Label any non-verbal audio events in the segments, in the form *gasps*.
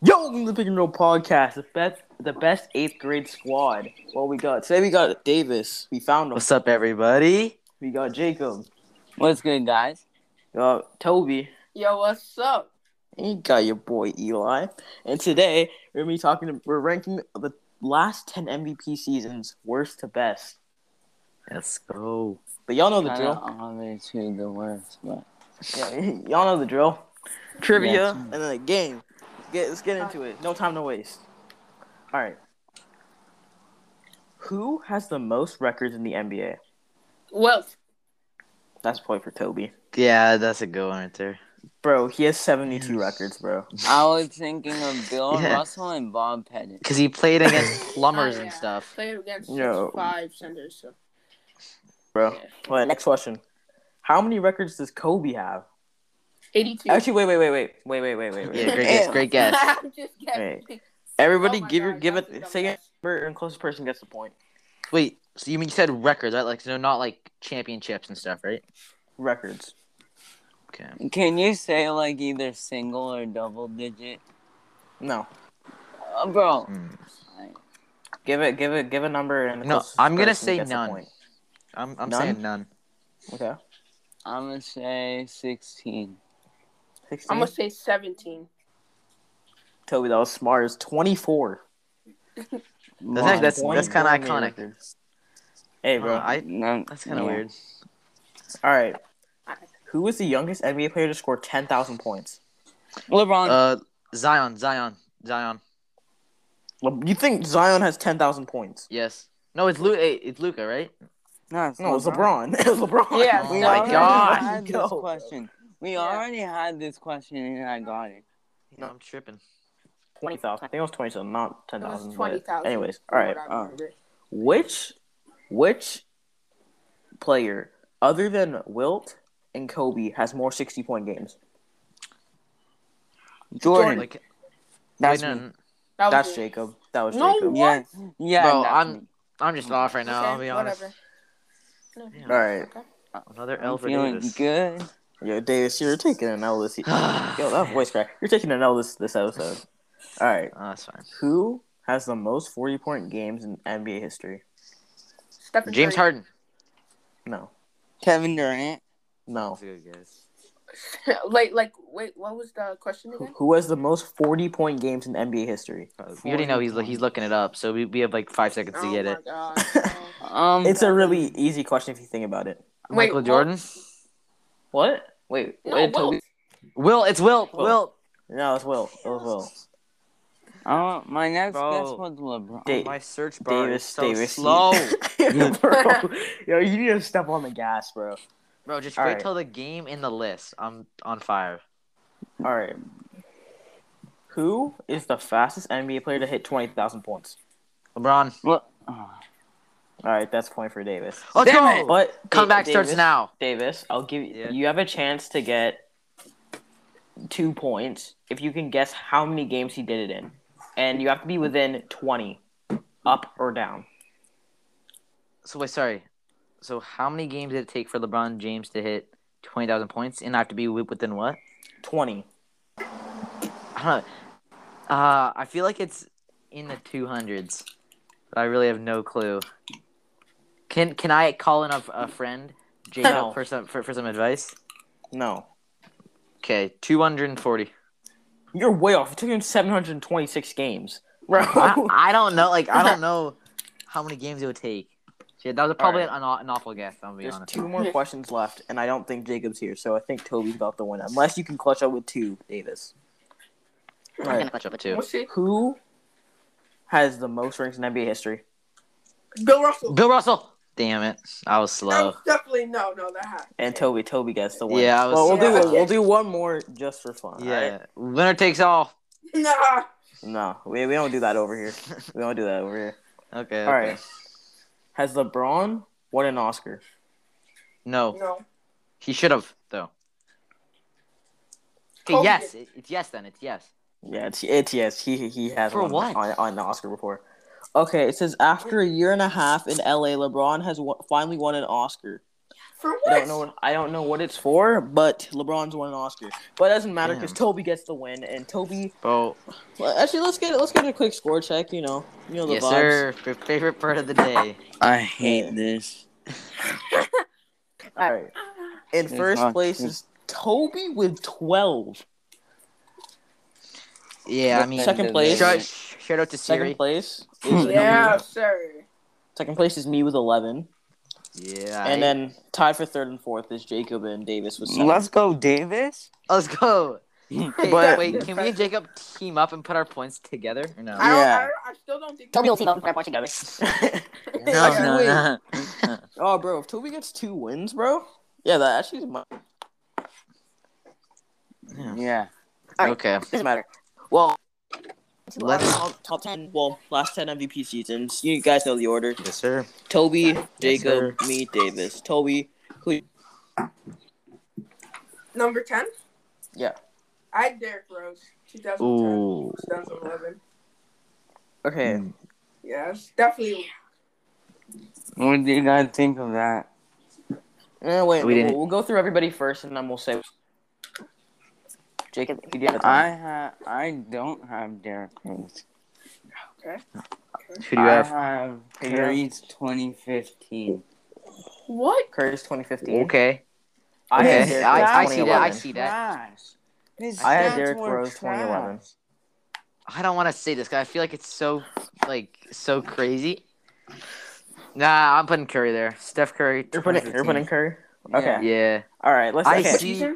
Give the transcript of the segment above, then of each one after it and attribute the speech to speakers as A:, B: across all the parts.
A: Yo, welcome to the Pick and Roll Podcast, the best, the best eighth grade squad. What we got today? We got Davis. We found him.
B: What's up, everybody?
A: We got Jacob.
C: What's good, guys?
A: We got Toby.
D: Yo, what's up?
A: And you got your boy Eli. And today we're gonna be talking. We're ranking the last ten MVP seasons, worst to best.
B: Let's go.
A: But y'all know the
C: Kind of
A: drill.
C: obvious who the worst,
B: *laughs*
C: but
A: Yeah, *laughs* y'all know the drill. Trivia
C: Yeah.
A: and then a game. Let's get, let's get into it. No time to waste. All right. Who has the most records in the NBA?
D: Well,
A: That's a point for Toby.
B: Yeah, that's a good one right there.
A: Bro, he has 72 records, bro.
C: I was thinking of Bill
B: Yeah.
C: Russell and Bob Pettit.
B: Because he played against
C: *laughs*
B: plumbers
D: Oh,
B: and
D: yeah.
B: stuff.
D: played against
A: Yo.
D: six, five centers. So.
A: Bro.
D: yeah.
A: Well, next question. How many records does Kobe have?
D: 82. *laughs*
A: Actually, wait, wait, wait, wait, wait, wait, wait, wait. wait.
B: Yeah, great guess, great *laughs* guess.
D: I'm just guessing.
A: Everybody,
D: Oh my
A: give your
D: God,
A: give
D: that's a
A: it.
D: dumb
A: Say your
D: guess.
A: number, and closest person gets the point.
B: Wait, so you mean you said records, right? Like, so not like championships and stuff, right?
A: Records.
B: Okay.
C: Can you say like either single or double digit?
A: No,
C: Uh, bro,
B: Hmm.
A: give it, give it, give a number, and the
B: No,
A: closest
B: I'm gonna
A: person
B: say
A: gets the
B: none.
A: point.
B: I'm, I'm
A: None?
B: saying none.
A: Okay,
C: I'm gonna say 16.
A: 16.
D: I'm going to say 17.
A: Toby, that was smart. It's 24.
B: That's,
C: Why?
B: actually, that's, that's kind of
A: 24
B: iconic.
A: records. Hey, bro.
B: Uh, I,
C: No,
B: that's kind of
C: yeah.
B: weird.
A: All right. Who was the youngest NBA player to score 10,000 points?
C: LeBron,
B: Uh, Zion, Zion, Zion.
A: Well, You think Zion has 10,000 points?
B: Yes. No, it's Lu- eh, It's Luca, right?
C: no, it's
A: No, it was LeBron. *laughs* It was LeBron.
D: Yeah,
B: Oh
C: We
B: my
C: already
B: God. *laughs*
C: had this
A: Yo.
C: question. We
D: Yeah.
C: already had this question and I got it.
B: No, I'm tripping.
A: Twenty thousand. I think it was twenty something, not ten
D: It was
A: thousand.
D: 20,000.
A: Anyways, all
D: from
A: right.
D: what I
A: uh,
D: remember.
A: which, which player other than Wilt and Kobe has more sixty-point games?
C: Jordan.
B: Like,
C: that's
B: wait, no,
C: me.
B: no,
D: That was
A: That's
D: me.
A: Jacob. That was
D: No
A: Jacob.
D: way.
C: Yeah, yeah.
B: Bro,
C: that's
B: I'm-
C: me.
B: I'm just off right now.
D: Okay,
B: I'll be honest.
D: Whatever. No,
B: Yeah.
A: All right.
D: okay.
B: Another
C: I'm
B: L for
C: feeling
B: Davis. *sighs*
C: good.
A: Yo, Davis, you're taking an L *sighs* this. Yo, that voice crack. You're taking an L this this
B: *laughs*
A: episode. All right.
B: Oh, that's fine.
A: Who has the most forty-point games in NBA history?
D: Stephen
B: James
D: Curry.
B: Harden.
A: No,
C: Kevin Durant.
A: no.
B: a good guess.
D: like, like, *laughs* wait, what was the question
A: Who,
D: again?
A: who has the most forty-point games in NBA history?
B: You already know he's lo- he's looking it up, so we, we have like five seconds to
D: Oh
B: get
D: my
B: it.
D: God.
A: *laughs*
D: Oh.
C: Um,
A: It's a really easy question if you think about it.
D: Wait,
B: Michael
D: what?
B: Jordan.
A: What? Wait,
D: No,
A: wait,
D: Wilt.
A: Toby.
B: Will it's Will
A: Will.
B: Will.
A: No, it's Will. It was Will.
C: Uh, my next
B: Bro.
C: guess was LeBron.
A: Da-
B: My search bar
A: Davis,
B: is so
A: Davis. you-
B: *laughs* slow.
A: *laughs* bro, yo, you need to step on the gas, bro.
B: Bro, just
A: All
B: wait
A: right.
B: till the game in the list. I'm on fire.
A: All right. Who is the fastest NBA player to hit 20,000 points?
B: LeBron.
C: Le- oh.
A: All right, that's a point for Davis.
B: Let's
C: Damn
B: go.
A: But
B: Comeback
A: Da-
B: starts
A: Davis-
B: now.
A: Davis, I'll give you.
B: Oh, Yeah.
A: You have a chance to get two points if you can guess how many games he did it in, and you have to be within 20, up or down.
B: So wait, sorry. So how many games did it take for LeBron James to hit twenty thousand points, and I have to be wi- within what?
A: 20.
B: I don't know. Uh, I feel like it's in the two hundreds, but I really have no clue. Can Can I call in a, a friend, Jacob,
A: No.
B: for some for, for some advice?
A: No.
B: Okay, two hundred and
A: *laughs*
B: forty.
A: You're way off. It took him 726 games. Bro.
B: I, I don't know. Like I don't know how many games it would take. Shit, that was probably an, aw- an awful guess. I'm gonna
A: *laughs*
B: be *laughs*
A: There's
B: honest.
A: two more questions left, and I don't think Jacob's here, so I think Toby's about to win. Unless you can clutch up with two, Davis. All
B: I'm gonna
A: right.
B: clutch up two.
D: We'll see.
A: Who has the most rings in NBA history?
D: Bill Russell.
B: Bill Russell. Damn it, I was
D: That
B: slow.
D: was definitely no, no, that happened.
A: And Toby, Toby gets the win.
B: Yeah, I was-
A: well, we'll do
D: Yeah.
A: we'll do one more just for fun. Yeah.
B: Yeah, winner takes all.
D: Nah.
A: No, we, we don't do that over here. We don't do that over *laughs* here.
B: Okay.
A: All right. Has LeBron won an Oscar?
B: No,
D: No.
B: he should have though. Okay,
D: Kobe
B: yes, it- it's yes then. It's yes.
A: Yeah, it's, it's yes. He he has
B: For
A: won
B: what?
A: on, on the Oscar before. Okay, it says after a year and a half in LA, LeBron has won, finally won an Oscar.
D: For
A: I
D: what?
A: don't know. I don't know what it's for, but LeBron's won an Oscar. But it doesn't matter because
B: Damn.
A: Toby gets the win, and Toby.
B: Oh,
A: Well, actually, let's get let's get a quick score check. You know, you know the
B: yes,
A: vibes.
B: sir. Your favorite part of the day.
C: I
A: Yeah.
C: hate this.
A: All right. In
C: It's
A: first
C: not-
A: place
C: it's-
A: is Toby with twelve.
B: Yeah, I mean,
A: second place-
B: Shout, shout out to Siri.
A: Second place.
B: *laughs*
A: Is *laughs*
D: Yeah,
A: me.
D: sir.
A: Second place is me with eleven,
B: Yeah.
A: and then tied for third and fourth is Jacob and Davis with 7
C: Let's go, Davis.
B: let's go. Hey,
C: But-
B: wait, can we and Jacob team up and put our points together or no?
D: I, don't, I,
A: Yeah.
D: don't, I still don't think.
A: Toby will team up and put our points together.
D: Yeah.
A: no.
C: no.
A: *laughs* oh, bro, if Toby gets two wins, bro, yeah, that actually is my-
C: yeah.
A: Alright.
B: *laughs* Okay.
A: doesn't matter. Well,
B: Let's-
A: top, top ten. Well, last ten MVP seasons. You guys know the order:
B: Yes, sir.
A: Toby, Jacob, me, Davis. Toby, who?
D: Number ten.
A: Yeah.
D: I had Derrick Rose, 2010,
B: Ooh.
D: 2011.
A: Okay,
D: Yeah, it's definitely.
C: What do you guys think of that?
A: Eh, wait.
B: Hmm. We
A: We
B: didn't-
A: will we'll go through everybody first, and then we'll say. Jacob, you did
C: I ha- I don't have Derrick Rose.
B: Who do you
C: I
B: have?
C: have
A: Who do you have?
C: Curry's 2015.
D: What?
A: Curry's 2015.
B: Okay.
A: I
D: Okay.
A: had
B: Okay.
A: Derrick
B: I, I
A: Rose
B: see that. I
A: 2011.
B: see that.
C: His
A: I had
C: stats
A: Derrick
C: were
A: Rose 2011.
C: trash.
B: I don't want to say this 'cause I feel like it's so like so crazy. Nah, I'm putting Curry there. Steph Curry.
A: You're putting, you're putting Curry. Okay.
C: Yeah.
B: Yeah.
A: All right. Let's.
B: I
A: okay.
B: see-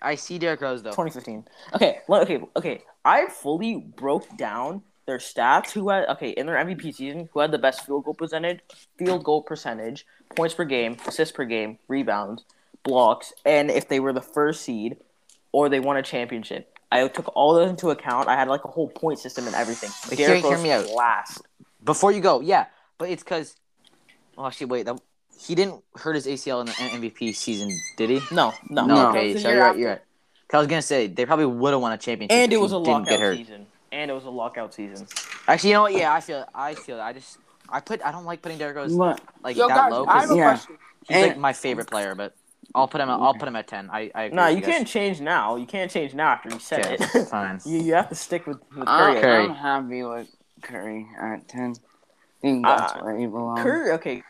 B: I see Derrick Rose though.
A: 2015. Okay, well, okay, okay. I fully broke down their stats. Who had okay in their MVP season? Who had the best field goal percentage, field goal percentage, points per game, assists per game, rebounds, blocks, and if they were the first seed or they won a championship. I took all those into account. I had like a whole point system and everything.
B: Wait,
A: Derrick
B: hear- hear
A: Rose
B: me out.
A: Last.
B: Before you go, yeah, but it's because. Oh shit! Wait, that, he didn't hurt his ACL in the M- MVP season, did he?
A: No, no,
B: No.
A: no.
B: Okay,
D: It's
B: so
D: the
B: you're
D: year
B: right. You're right. 'Cause I was gonna say they probably would have won a championship.
A: And it
B: if
A: was
B: he
A: a
B: didn't get
A: lockout
B: hurt.
A: season. And it was a lockout season.
B: Actually, you know what? Yeah, I feel. I feel. I just. I put. I don't like putting Derrick Rose
C: Look,
B: like
D: Yo,
B: that
D: guys,
B: low.
D: I have
B: 'cause
D: a
C: Yeah.
D: question.
B: he's
C: and-
B: like my favorite player, but I'll put him. At, I'll put him at ten. I. I agree
A: No,
B: with
A: you
B: guys.
A: can't change now. You can't change now after you said
B: Okay,
A: it.
B: Fine.
A: *laughs* you, you have to stick with, with
C: I'm,
A: Curry.
B: Okay. Curry.
C: I'm happy with Curry at 10. think that's
A: Uh,
C: where he belongs.
A: Curry, okay.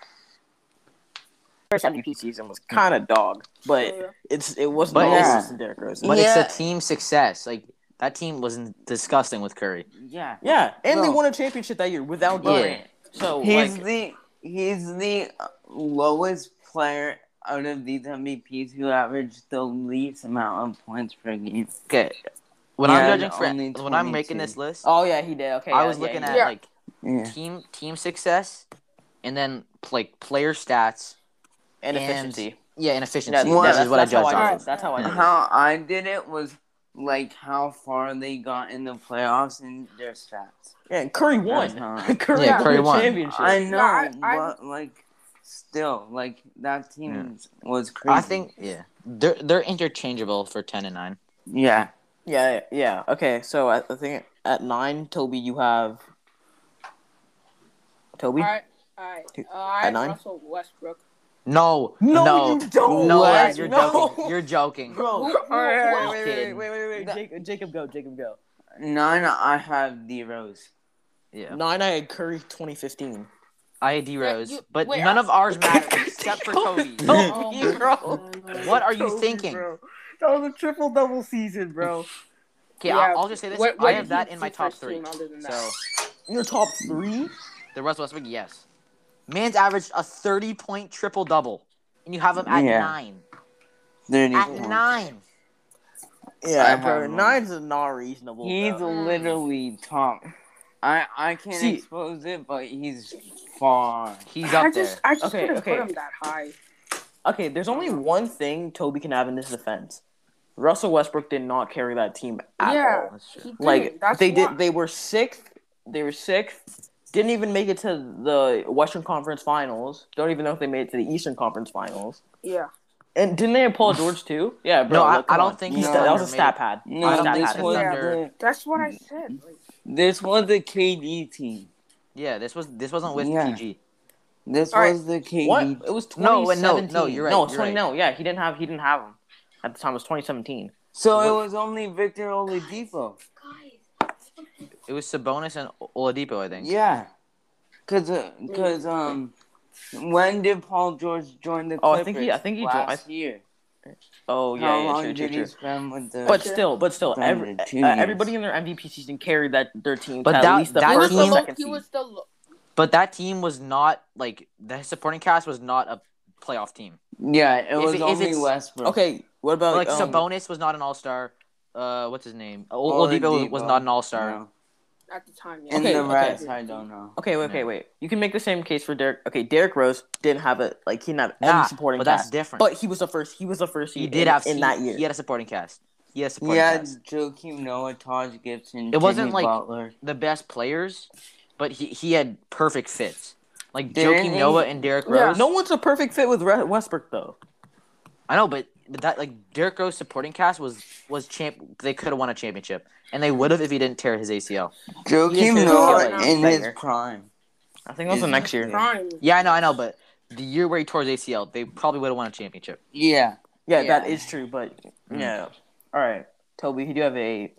A: First MVP season was kind of dog, but it's it wasn't
B: But
A: all
C: yeah.
A: system Derrick Rose.
B: But
C: Yeah.
B: it's a team success. Like that team wasn't disgusting with Curry.
C: Yeah.
A: yeah, and they
C: Bro.
A: won a championship that year without
B: Yeah.
A: Durant. So
C: He's
A: like,
C: the he's the lowest player out of these MVPs who averaged the least amount of points per game.
B: Okay. When
C: Yeah,
B: I'm judging
C: and only
B: for when I'm making
C: 22.
B: this list,
A: oh yeah, he did. Okay,
B: I
A: yeah,
B: was
A: yeah,
B: looking
A: yeah.
B: at
D: yeah.
B: like
C: Yeah.
B: team team success, and then like player stats.
A: and
B: and-
A: efficiency.
B: Yeah, and efficiency.
A: Yeah,
C: Well,
B: this
A: that's-
B: is what I
A: that's how
B: judged
A: I
B: on.
A: did. That's how I did. it.
C: How I did it was like how far they got in the playoffs and their stats.
A: Yeah, and Curry
C: That's
A: won. *laughs*
C: how-
A: Curry,
B: Yeah, Curry
A: won the
B: won.
A: championship.
C: I know,
D: I- I-
C: but like still, like that team was crazy.
B: I think yeah, they're they're interchangeable for ten and nine.
C: yeah.
A: yeah, yeah. Okay, so I, I think at nine, Toby, you have Toby.
D: All right, all right. Uh, I
A: At
D: had
A: nine?
D: Russell
B: *laughs*
D: Westbrook.
B: No,
A: No,
B: no,
A: you don't.
B: no,
A: What?
B: Liz, you're
A: No.
B: joking. You're
A: *laughs*
B: joking.
A: Bro,
D: Who-
A: wait,
D: who-
A: wait, wait,
D: who-
A: wait, wait, wait, wait,
C: That-
A: Jacob, Jacob, go, Jacob, go.
C: Nine I have the Rose.
B: Yeah,
A: Nine, I had Curry 2015.
B: I D Rose,
D: you-
B: but
D: wait,
B: none
D: I-
B: of
D: *laughs*
B: ours matter except for
A: Toby,
B: Toby.
D: Oh
B: *laughs*
D: my
A: bro.
D: God.
B: What are you
A: Toby,
B: thinking?
A: bro. That was a triple double season, *laughs* bro.
B: Okay,
D: Yeah.
B: I'll, I'll just say this:
D: What-
B: I
D: what
B: have
D: did
B: that
D: he
B: in my
D: do
B: top
D: first
B: three.
D: team other than that?
B: So
A: In your top three?
B: the Russ Westbrook, yes. Man's averaged a thirty-point triple-double, and you have him at
C: Yeah.
B: nine.
C: Thirty
B: At
C: points.
B: nine.
A: Yeah,
C: I
A: bro.
C: have him.
A: Nine's not reasonable.
C: He's
A: bro.
C: literally top. I I can't
A: See-
C: expose it, but he's far.
B: He's up
D: I just,
B: there.
D: I just
A: Okay,
D: couldn't
A: okay.
D: put him that high.
A: Okay, there's only one thing Toby can have in his defense. Russell Westbrook did not carry that team at
D: Yeah.
A: all.
B: That's true.
D: He
A: Like
D: didn't. That's
A: they
D: why.
A: did, they were sixth. They were sixth. Didn't even make it to the Western Conference Finals. Don't even know if they made it to the Eastern Conference Finals.
D: Yeah.
A: And didn't they have Paul
C: *sighs*
A: George too? Yeah, bro.
B: No, I-
A: like, come
B: I don't
A: on.
B: think
A: He's-
C: he's
A: that
C: ever
A: was a
B: made
A: stat
B: it.
A: pad.
C: No,
B: I
A: Stat
B: don't
A: pad.
C: this
B: think
C: was
B: so.
C: the,
D: That's what I said. Like,
C: this was the KD team.
B: Yeah, this was this wasn't with
C: Yeah.
B: PG.
C: This
A: All right.
C: was the KD.
A: What? It was
B: No, wait, no,
A: 2017.
B: no, you're right,
A: No, it's
B: you're
A: 20,
B: right.
A: no, yeah, he didn't have he didn't have him at the time. It was 2017.
C: So it was only Victor Oladipo.
B: It was Sabonis and Oladipo, I think.
C: Yeah, cause uh,
A: Mm.
C: cause um, when did Paul George join the Clippers?
A: Oh, I think he- I think he jo- I-
C: last year.
A: Oh yeah,
C: How
A: yeah,
C: long
A: true, true,
C: did he
A: true.
C: spend with the?
A: But still, but still,
C: Down
A: every,
C: to two
A: uh,
C: years.
A: everybody in their MVP season carried that their team.
B: But
A: to
B: that-
A: at least the
B: that
D: He was
A: first
D: the
A: or
B: team-
D: low.
A: second
D: He
A: seed.
D: was the low.
B: But that team was not like the supporting cast was not a playoff team.
C: yeah, it
B: If
C: was
B: it- if
C: only
B: it's-
C: Westbrook.
A: Okay, what about
B: Like
A: um,
B: Sabonis was not an all star. Uh, what's his name? O-
C: Oladipo.
B: Oladipo, was not an all star.
C: No.
D: at the time. Yeah.
C: In
A: Okay,
C: the
A: okay.
C: rest, I don't know.
A: Okay, wait, okay, wait. You can make the same case for Derek. Okay, Derek Rose didn't have it. Like he didn't have any
B: Nah,
A: supporting
B: but that's
A: cast.
B: different.
A: But he was the first. He was the first.
B: he
A: seed
B: did
A: in,
B: have
A: in
B: he-
A: that year.
B: He had a supporting cast. He had a supporting
C: Yeah,
B: cast.
C: Joakim Noah, Taj Gibson.
B: It wasn't
C: Jimmy
B: like-
C: Butler.
B: The best players, but he, he had perfect fits. Like
C: Didn't
B: Joakim
C: he?
B: Noah and Derrick
D: Yeah.
B: Rose.
A: No one's a perfect fit with Re- Westbrook though.
B: I know, but, but that like Derrick Rose supporting cast was was champ. They could have won a championship, and they would have if he didn't tear his ACL.
C: Joakim
A: is
C: Noah
D: killing
C: in
A: it.
C: his
A: Banger.
C: prime.
A: I think that was the
C: Is-
A: next year.
D: Prime.
B: Yeah, I know, I know, but the year where he tore his ACL, they probably would have won a championship.
C: Yeah.
A: Yeah,
C: Yeah.
A: that is true. But
B: Mm.
A: yeah, all right, Toby, you do have a.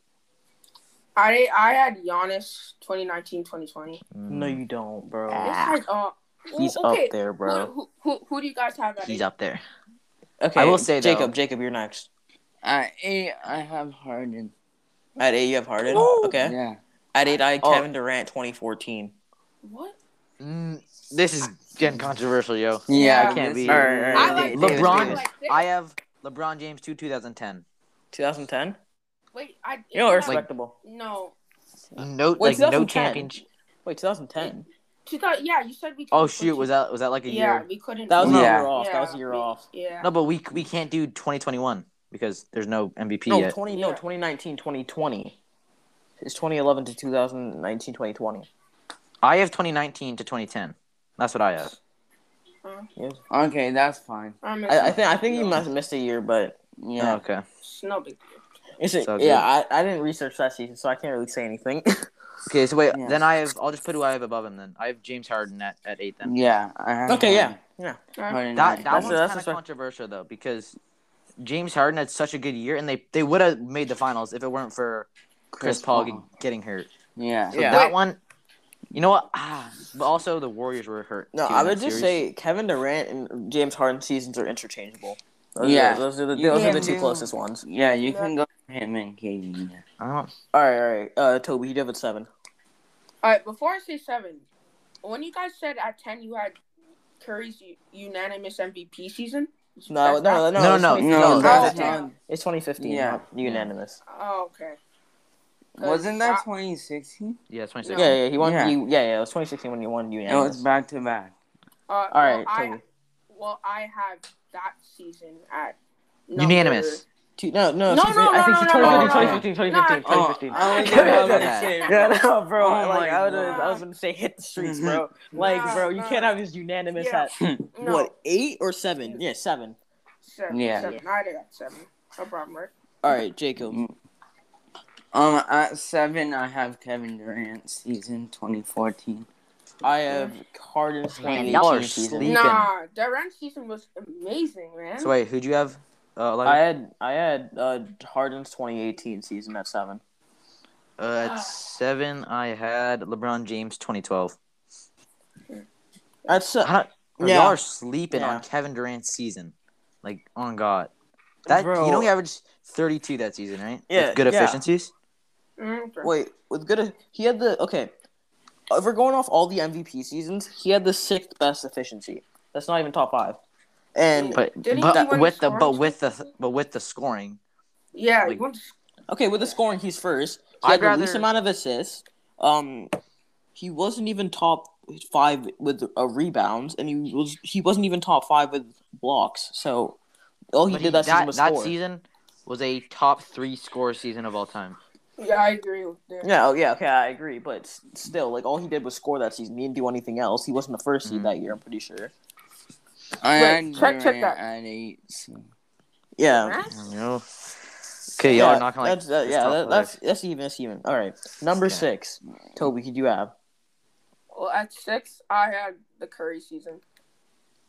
D: I I had Giannis 2019, 2020.
B: Mm,
A: No, you don't, bro.
D: This
B: Ah.
D: has, uh, who-
A: He's
D: okay,
A: up there,
D: Who,
A: bro.
D: who, who, who do you guys have at
B: He's
D: eight?
B: up there.
A: Okay,
B: I will say, though-
A: Jacob, Jacob, you're next.
C: At eight, I have Harden.
A: At eight, you have Harden.
D: Woo!
A: Okay.
C: Yeah.
A: At eight, I had
B: Oh.
A: Kevin Durant, 2014.
D: What?
B: Mm, this is getting controversial, yo.
C: Yeah,
D: I
B: can't be-
D: I
A: Yeah, yeah,
D: like this.
B: LeBron-
D: I like this.
B: I have LeBron James to 2010.
A: 2010.
D: Wait, I.
A: You know,
D: it's not-
A: respectable.
D: no.
B: No,
A: Wait,
B: like no
A: 2010.
B: championship.
A: Wait, 2010.
D: She thought, yeah, you said we.
B: Oh
D: couldn't
B: shoot,
D: put
B: was
D: you-
B: that was that like a
D: Yeah,
B: year?
D: we couldn't.
A: That was
C: Yeah.
A: a year off. That was a
D: Yeah,
A: year
D: we-
A: off.
D: Yeah.
B: No, but we we can't do 2021 because there's no MVP
A: No,
B: yet.
A: 20, no,
D: Yeah.
A: 2019, 2020. It's 2011 to 2019, 2020.
B: I have 2019 to 2010. That's what I have.
C: Okay, that's fine.
D: I'm
A: I, I think I think you must have missed a year, but
C: Yeah.
B: Oh, okay.
D: It's no big deal.
A: it's a,
B: So good.
A: yeah, I, I didn't research that season, so I can't really say anything. *laughs*
B: Okay, so wait.
C: Yeah.
B: Then I have. I'll just put who I have above him. Then I have James Harden at, at eight. Then
C: Yeah. I have
A: okay, yeah,
C: Harden.
A: yeah.
D: Alright.
C: Harden
B: that
C: at
B: that
A: That's-
C: eight.
B: one's
A: that's
B: kind of
A: fair.
B: controversial though because James Harden had such a good year and they they would have made the finals if it weren't for Chris, Paul, get- getting hurt.
C: Yeah.
B: So
A: Yeah.
B: that
D: Wait.
B: one, you know what? Ah, but also the Warriors were hurt.
A: No,
B: too
A: I
B: in
A: would
B: that
A: just
B: series.
A: say Kevin Durant and James Harden seasons are interchangeable. Those
C: Yeah.
A: are, those are the
C: You
A: those are the
C: can
A: two
C: do-
A: closest ones.
C: Yeah, you can go him and KD. yeah.
B: I don't.
A: All right, all right. Uh, Toby, you do have it seven.
D: Alright, before I say seven, when you guys said at ten you had Curry's u- unanimous MVP season.
A: No,
D: That's
A: no, no, no,
D: not-
B: No,
A: it's
B: no,
A: 20
C: No,
A: it's
C: that's
D: okay.
A: 2015.
C: not.
A: It's 2015.
C: Yeah.
A: not unanimous.
D: Oh, okay.
C: Wasn't that 2016?
B: Yeah, it's
D: No.
B: 26.
A: Yeah, yeah, he won.
C: Yeah.
A: Yeah. You, yeah, yeah. It was 2016 when you won
C: It was
A: unanimous.
C: back to back.
D: Uh, All
A: all right,
D: Well, I,
A: Toby.
D: well, I have that season at number-
B: Unanimous.
A: Two, no, no,
D: No,
A: excuse me,
D: no,
A: I think
D: no,
A: it's
D: no,
C: no, no,
A: 2015, 2015,
D: no, no.
A: 2015, 2015.
C: Oh, I was
B: Kevin
C: about to
B: Durant.
A: *laughs*
C: say,
A: Yeah, no, bro.
C: Oh
A: like
C: my
A: I was, I was
D: God.
A: gonna say hit the streets,
C: Mhm.
A: bro. Like,
D: Nah,
A: bro, you
D: nah.
A: can't have his unanimous
D: Yeah.
A: at
D: No,
A: what eight or seven? Yeah, seven.
D: Seven,
C: Yeah.
D: seven. I got seven. No problem, right?
A: All right, Jacob.
C: Mm. Um, at seven, I have Kevin Durant season 2014.
A: I have Harden's
B: Man,
A: 2018
B: y'all are
A: season.
B: sleep- Deacon.
D: Nah, Durant season was amazing, man.
B: So wait, who'd you have? Uh,
A: I
B: Elijah?
A: had I had uh, Harden's 2018 season at seven.
B: uh, at seven, I had LeBron James 2012.
A: That's
B: I don't,
A: Yeah.
B: Y'all are sleeping
A: Yeah.
B: on Kevin Durant's season. Like, on God. That
A: Bro.
B: You know he averaged 32 that season, right?
A: Yeah,
B: With good
A: yeah.
B: efficiencies?
D: Mm, okay.
A: Wait, with good, he had the okay. If we're going off all the MVP seasons, he had the sixth best efficiency. That's not even top five. And
B: But
D: Didn't he
B: but
D: win
B: with the
D: scoring
B: but with the but with the scoring,
D: yeah,
B: like-
D: you want-
A: okay, with the scoring, he's first. He
B: I'd
A: had the least
B: rather-
A: amount of assists. Um, he wasn't even top five with uh, rebounds, and he was he wasn't even top five with blocks. So all Oh, he
B: but
A: did that, season
B: that,
A: was
B: that
A: score.
B: season was a top three score season of all time.
D: yeah, I agree with that.
A: Yeah, oh, yeah, okay, I agree, but s- still, like all he did was score that season. He didn't do anything else. He wasn't the 1st seed
B: Mhm.
A: that year. I'm pretty sure.
C: I
D: Wait,
C: had
D: check-
C: Durant
D: check that.
C: at eight. so-
A: Yeah,
D: Durant?
B: You know? Okay, y'all
A: Yeah,
B: are not gonna like
A: that's, that,
B: this
A: yeah,
B: top
A: that,
B: five.
A: that's that's even. That's even. All right, number
B: Yeah.
A: six, Toby. Who do you have?
D: Well, at six, I had the Curry season.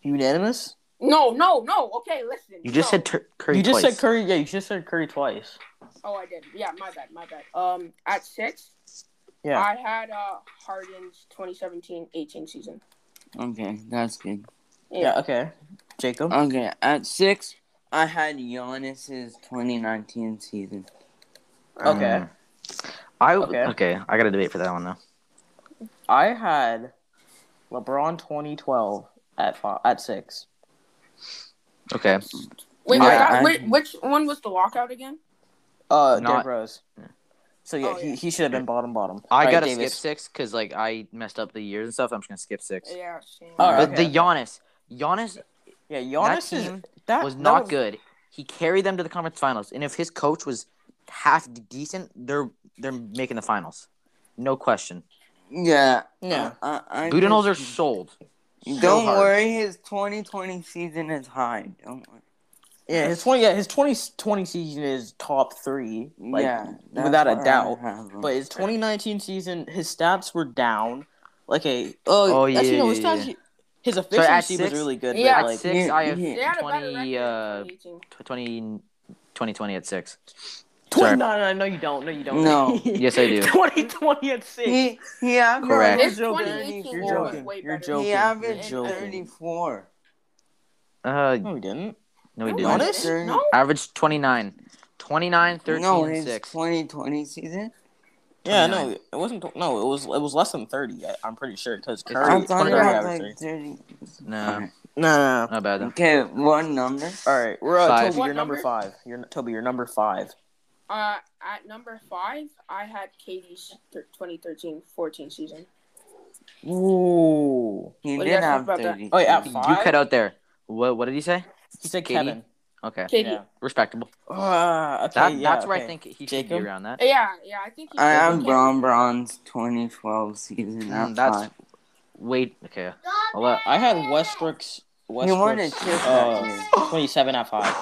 A: Unanimous?
D: No, no, no. Okay, listen.
B: You just
D: no.
B: said tur- Curry
A: you just
B: twice.
A: said Curry. Yeah, you just said Curry twice.
D: Oh, I did. Yeah, my bad, my bad. Um, at six,
A: Yeah.
D: I had uh Harden's 2017-18 season.
C: Okay, that's good.
A: Yeah. Okay. Jacob.
C: Okay, at six, I had Giannis's 2019 season.
A: Okay.
B: Mm. I
A: Okay.
B: okay. okay. I got a debate for that one though.
A: I had LeBron 2012 at five, at six.
B: Okay.
D: Wait,
C: Yeah,
D: wait, I-
C: I-
D: wait, which one was the lockout again?
A: Uh,
B: Not- Hmm.
A: Derrick Rose. So yeah,
D: Oh,
A: he,
D: yeah.
A: he should have been bottom bottom.
B: I
A: Alright,
B: gotta
A: Davis.
B: skip six because like I messed up the years and stuff. I'm just gonna skip six.
D: Yeah. Same.
A: All right.
B: But
A: okay.
B: the Giannis, Giannis
A: Yeah, Giannis
B: that
A: is,
B: team
A: that
B: was
A: that
B: not good. He carried them to the conference finals, and if his coach was half decent, they're they're making the finals, no question.
C: Yeah.
A: Yeah.
C: I, I,
B: Budenholzer sold. so
C: Don't
B: hard.
C: worry, his 2020 season is high. Don't worry.
A: Yeah, his twenty. Yeah, his 2020 season is top three. Like,
C: yeah,
A: without a doubt,
C: But
A: But his 2019 season, his stats were down. Like a oh,
B: Oh,
A: actually,
B: yeah,
A: no, his
B: yeah,
A: stats. His
B: at
A: efficiency was
B: six-
A: really good.
D: Yeah,
A: but,
B: At
A: like,
B: six,
C: yeah,
B: I have
C: yeah.
D: They had a better
B: 20, uh,
D: record in 2018.
B: 20, 2020 at six.
A: Twenty
B: Sorry.
A: nine. No, no, you don't. No, you don't. *laughs*
C: No.
B: Yes, I do.
A: Twenty twenty at six.
C: he, he averaged
B: Correct.
D: His
C: 30,
D: 2018
A: You're
D: was
A: joking.
D: way
A: You're
D: better.
A: joking.
C: He averaged
A: You're joking.
C: 34.
B: Uh,
A: No, he didn't.
B: no, he
D: No,
B: didn't.
A: Giannis?
D: it didn't. Oh No,
B: Average 29. 29, 13,
C: no,
B: and
C: his
B: 6.
C: 2020 season?
A: Yeah, no, it wasn't. No, it was. It was less than thirty. I, I'm pretty sure because Curry.
C: I
B: I'm
C: thought
A: Curry
C: it
A: averaged
C: was
A: *laughs*
C: like
A: 30.
C: 30.
B: No,
A: No, no,
B: not bad. though.
C: Okay, one number.
A: no. All right, we're uh,
B: Five.
A: Toby.
D: What
A: You're number
D: number?
A: five. You're Toby. You're number five.
D: Uh, at number five, I had Katie's 2013-14 season.
A: Ooh.
C: He
D: What do
C: did
D: you guys think
C: have
D: about that?
C: 30.
A: Oh, yeah,
B: You
A: Five?
B: cut out there. What, what did he say?
A: He said
B: Katie?
A: Kevin.
B: Okay.
D: Katie.
A: Yeah.
D: Yeah,
B: Respectable.
A: Uh, okay,
B: That,
A: yeah,
B: that's where I
A: okay.
B: think he should
A: Jacob?
B: be around that.
D: yeah, I think. he
C: I
D: should
C: am
D: be.
C: Bron Bron's 2012 season.
B: Mm,
C: that's
B: that's wait. Okay. I'll let-
A: I had Westbrook's.
C: You won a
A: Westbrook's
C: chip
A: uh,
C: that
A: *laughs* twenty-seven at five.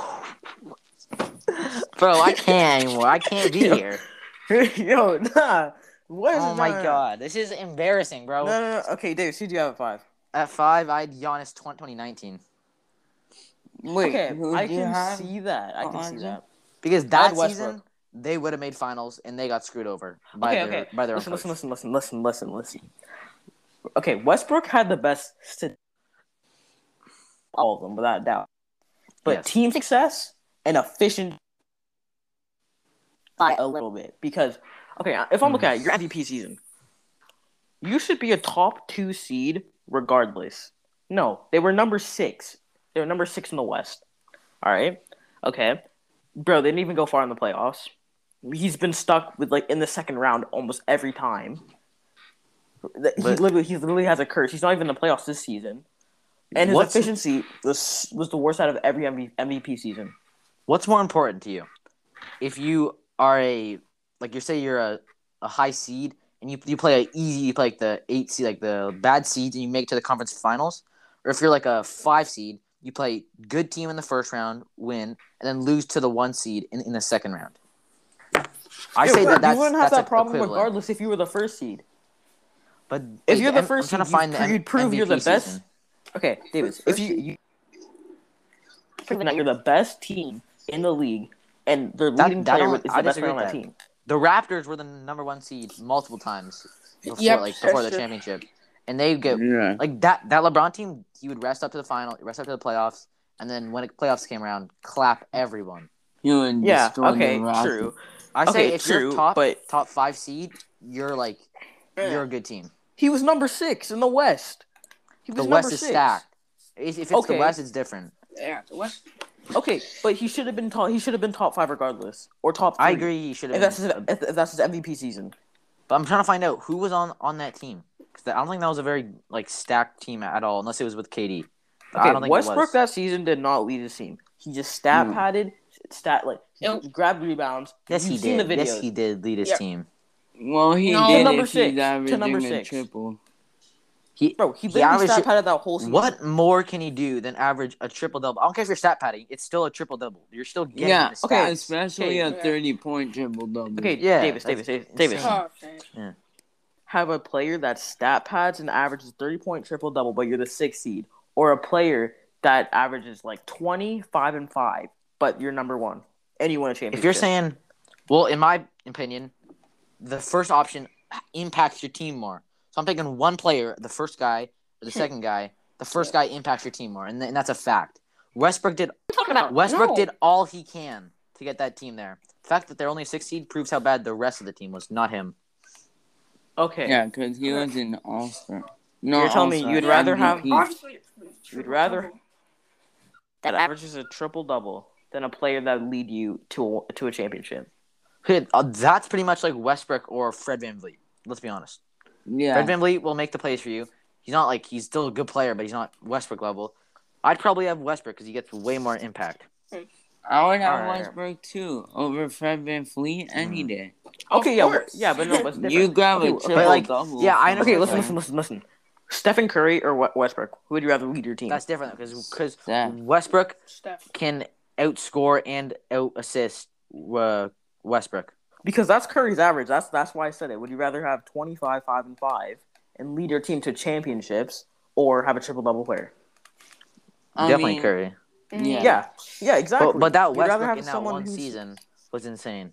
B: Bro, I can't anymore. I
A: *laughs*
B: can't be here.
A: *laughs* Yo, nah. What is
B: Oh
A: it?
B: my
A: *laughs* No, no, no.
B: god, this is embarrassing, bro.
A: No, no, no. Okay, Davis, who do you have at five?
B: At five, I had Giannis 20- 2019
C: Wait,
A: okay,
C: who
A: I
C: do you
A: can
C: have?
A: see that. I can
C: on
A: see
C: you?
A: that.
B: because
A: I had
B: that
A: Westbrook.
B: season they would have made finals and they got screwed over by
A: Okay,
B: their
A: okay.
B: by their
A: Listen,
B: own
A: listen,
B: coach.
A: listen, listen, listen, listen, listen. Okay, Westbrook had the best st- all of them without a doubt. But
B: Yes.
A: team success and efficient by a little bit because okay, uh, if I'm looking at
B: Mm.
A: your MVP season, you should be a top two seed regardless. No, they were number six. They were number six in the West. All right, okay, bro, they didn't even go far in the playoffs. He's been stuck with like in the second round almost every time. That- He
B: But-
A: literally, he literally has a curse. He's not even in the playoffs this season, and his
B: What's-
A: efficiency was was the worst out of every MV, MVP season.
B: What's more important to you? If you are a like you say you're a, a high seed and you, you play a easy you play like the eight seed like the bad seeds and you make it to the conference finals, or if you're like a five seed, you play good team in the first round, win, and then lose to the one seed in, in the second round. I
A: Yeah,
B: say
A: but
B: that that's,
A: you wouldn't have
B: that's
A: that problem
B: equivalent.
A: regardless if you were the first seed.
B: But
A: If you're the
B: I'm-
A: first
B: I'm trying
A: seed,
B: to
A: you
B: find the
A: pr-
B: M-
A: you'd prove you're the
B: MVP
A: best.
B: season.
A: Okay, Davis, if you, you proven that you're the best team in the league and the
B: That-
A: leading
B: that
A: player
B: don't-
A: is
B: I
A: the best
B: disagree
A: player on
B: with
A: that
B: that.
A: team.
B: The Raptors were the number one seed multiple times before,
D: Yep,
B: like before the
D: that's true.
B: championship, and they
A: Mm-hmm.
B: get
C: Yeah.
B: like that. That LeBron team, he would rest up to the final, rest up to the playoffs, and then when the playoffs came around, clap everyone.
C: You would
A: Yeah,
C: destroy the
A: okay,
C: Raptors.
A: true.
B: I say
A: Okay,
B: if
A: true,
B: you're top
A: but-
B: top five seed, you're like you're a good team.
A: He was number six in the West. He was
B: The
A: number
B: West is
A: six.
B: stacked. If if it's
A: Okay.
B: the West, it's different.
D: Yeah, the West.
A: Okay, but he should have been top. He should have been top five regardless, or top. Three.
B: I agree. You should
A: If
B: have.
A: that's his,
B: been-
A: if, if that's his MVP season,
B: But I'm trying to find out who was on on that team because I don't think that was a very like stacked team at all, unless it was with KD. But I
A: Okay,
B: don't think it
A: Westbrook
B: was.
A: that season did not lead his team. He just stat
C: No.
A: padded, stat like he
D: Nope.
A: grabbed rebounds.
B: yes,
A: You've
B: he
A: seen
B: did.
A: the
B: yes,
A: videos.
B: he did lead his
D: Yep.
B: team.
C: Well, he
D: No.
C: did
A: To number
C: if
A: six.
C: he's
A: To
C: averaging
A: number
C: a
A: six.
C: triple.
B: He
A: Bro, he
B: He
A: literally
B: averaged-
A: stat padded that whole season.
B: what more can he do than average a triple double? I don't care if you're stat padding; it's still a triple double. You're still getting
C: Yeah,
B: the
A: okay.
B: stats.
C: Especially
A: Okay,
C: a
D: yeah.
C: 30 point triple double.
A: Okay,
B: Yeah,
A: Davis, Davis,
B: that's
A: Davis, Davis.
B: insane.
D: Oh, okay.
A: have a player that stat pads and averages 30 point triple double, but you're the sixth seed, or a player that averages like 25 and 5, but you're number one and you win a championship?
B: If you're saying, well, in my opinion, the first option impacts your team more. So I'm taking one player, the first guy or the second guy. The first guy impacts your team more, and, th- and that's a fact. Westbrook did
D: you talking about?
B: Westbrook
D: No.
B: did all he can to get that team there. The fact that they're only six seed proves how bad the rest of the team was, not him.
A: okay,
C: Yeah, because he was an all star. No,
A: You're telling me
C: all-star,
A: you'd rather have-
C: MVP.
D: Obviously,
A: You'd rather- that averages a triple double than a player that would lead you to a, to a championship.
B: Hey, uh, That's pretty much like Westbrook or Fred Van Vliet. Let's be honest.
C: Yeah.
B: Fred Van Vliet will make the plays for you. He's not like he's still a good player, but he's not Westbrook level. I'd probably have Westbrook because he gets way more impact.
C: I would have
A: Alright.
C: Westbrook too over Fred Van Fleet any day.
A: Okay, yeah, w- yeah, but no, but it's
C: You
A: different.
C: grab
A: Okay,
C: a
A: but,
C: triple
B: like,
C: double.
B: yeah, I know-
A: Okay,
B: Okay.
A: listen, listen, listen, listen. Stephen Curry or Wa- Westbrook? Who would you rather lead your team?
B: That's different because because
C: Yeah.
B: Westbrook
D: Steph.
B: can outscore and out assist uh, Westbrook.
A: Because that's Curry's average. That's that's why I said it. Would you rather have 25, 5, and 5 and lead your team to championships or have a triple double player?
C: I
B: Definitely
C: mean,
B: Curry.
C: Yeah.
A: Yeah. Yeah, exactly.
B: But, but that
A: You'd rather
B: Westbrook
A: have
B: in that
A: someone
B: one
A: who's-
B: season was insane.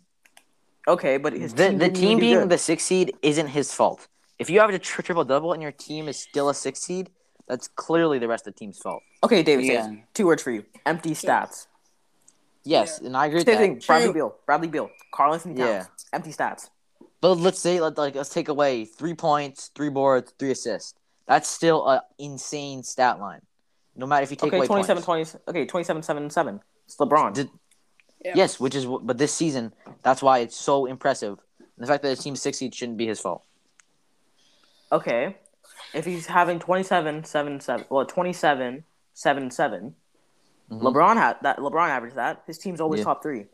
A: Okay, but his
B: The,
A: team
B: the
A: didn't
B: team
A: even do
B: being
A: good.
B: the sixth seed isn't his fault. If you have a tri- triple double and your team is still a sixth seed, that's clearly the rest of the team's fault.
A: Okay, David,
C: Yeah.
A: says, two words for you. Empty stats.
B: Yes, and I agree with
A: Same
B: that.
A: thing, Bradley
D: True.
A: Beal. Bradley Beal. Carlson Towns. Empty stats.
B: But let's say let, like let's take away three points, three boards, three assists. That's still an insane stat line. No matter if you take
A: Okay,
B: away
A: 27,
B: points.
A: 20, okay, 27, 7, and 7. It's LeBron.
B: Did-
D: Yeah.
B: Yes, which is wh- but this season that's why it's so impressive. And the fact that his team six seed shouldn't be his fault.
A: Okay. If he's having 27, 7, 7, well, 27, 7, 7,
B: Mhm.
A: LeBron had that. LeBron averaged that. His team's always
B: Yeah.
A: top three.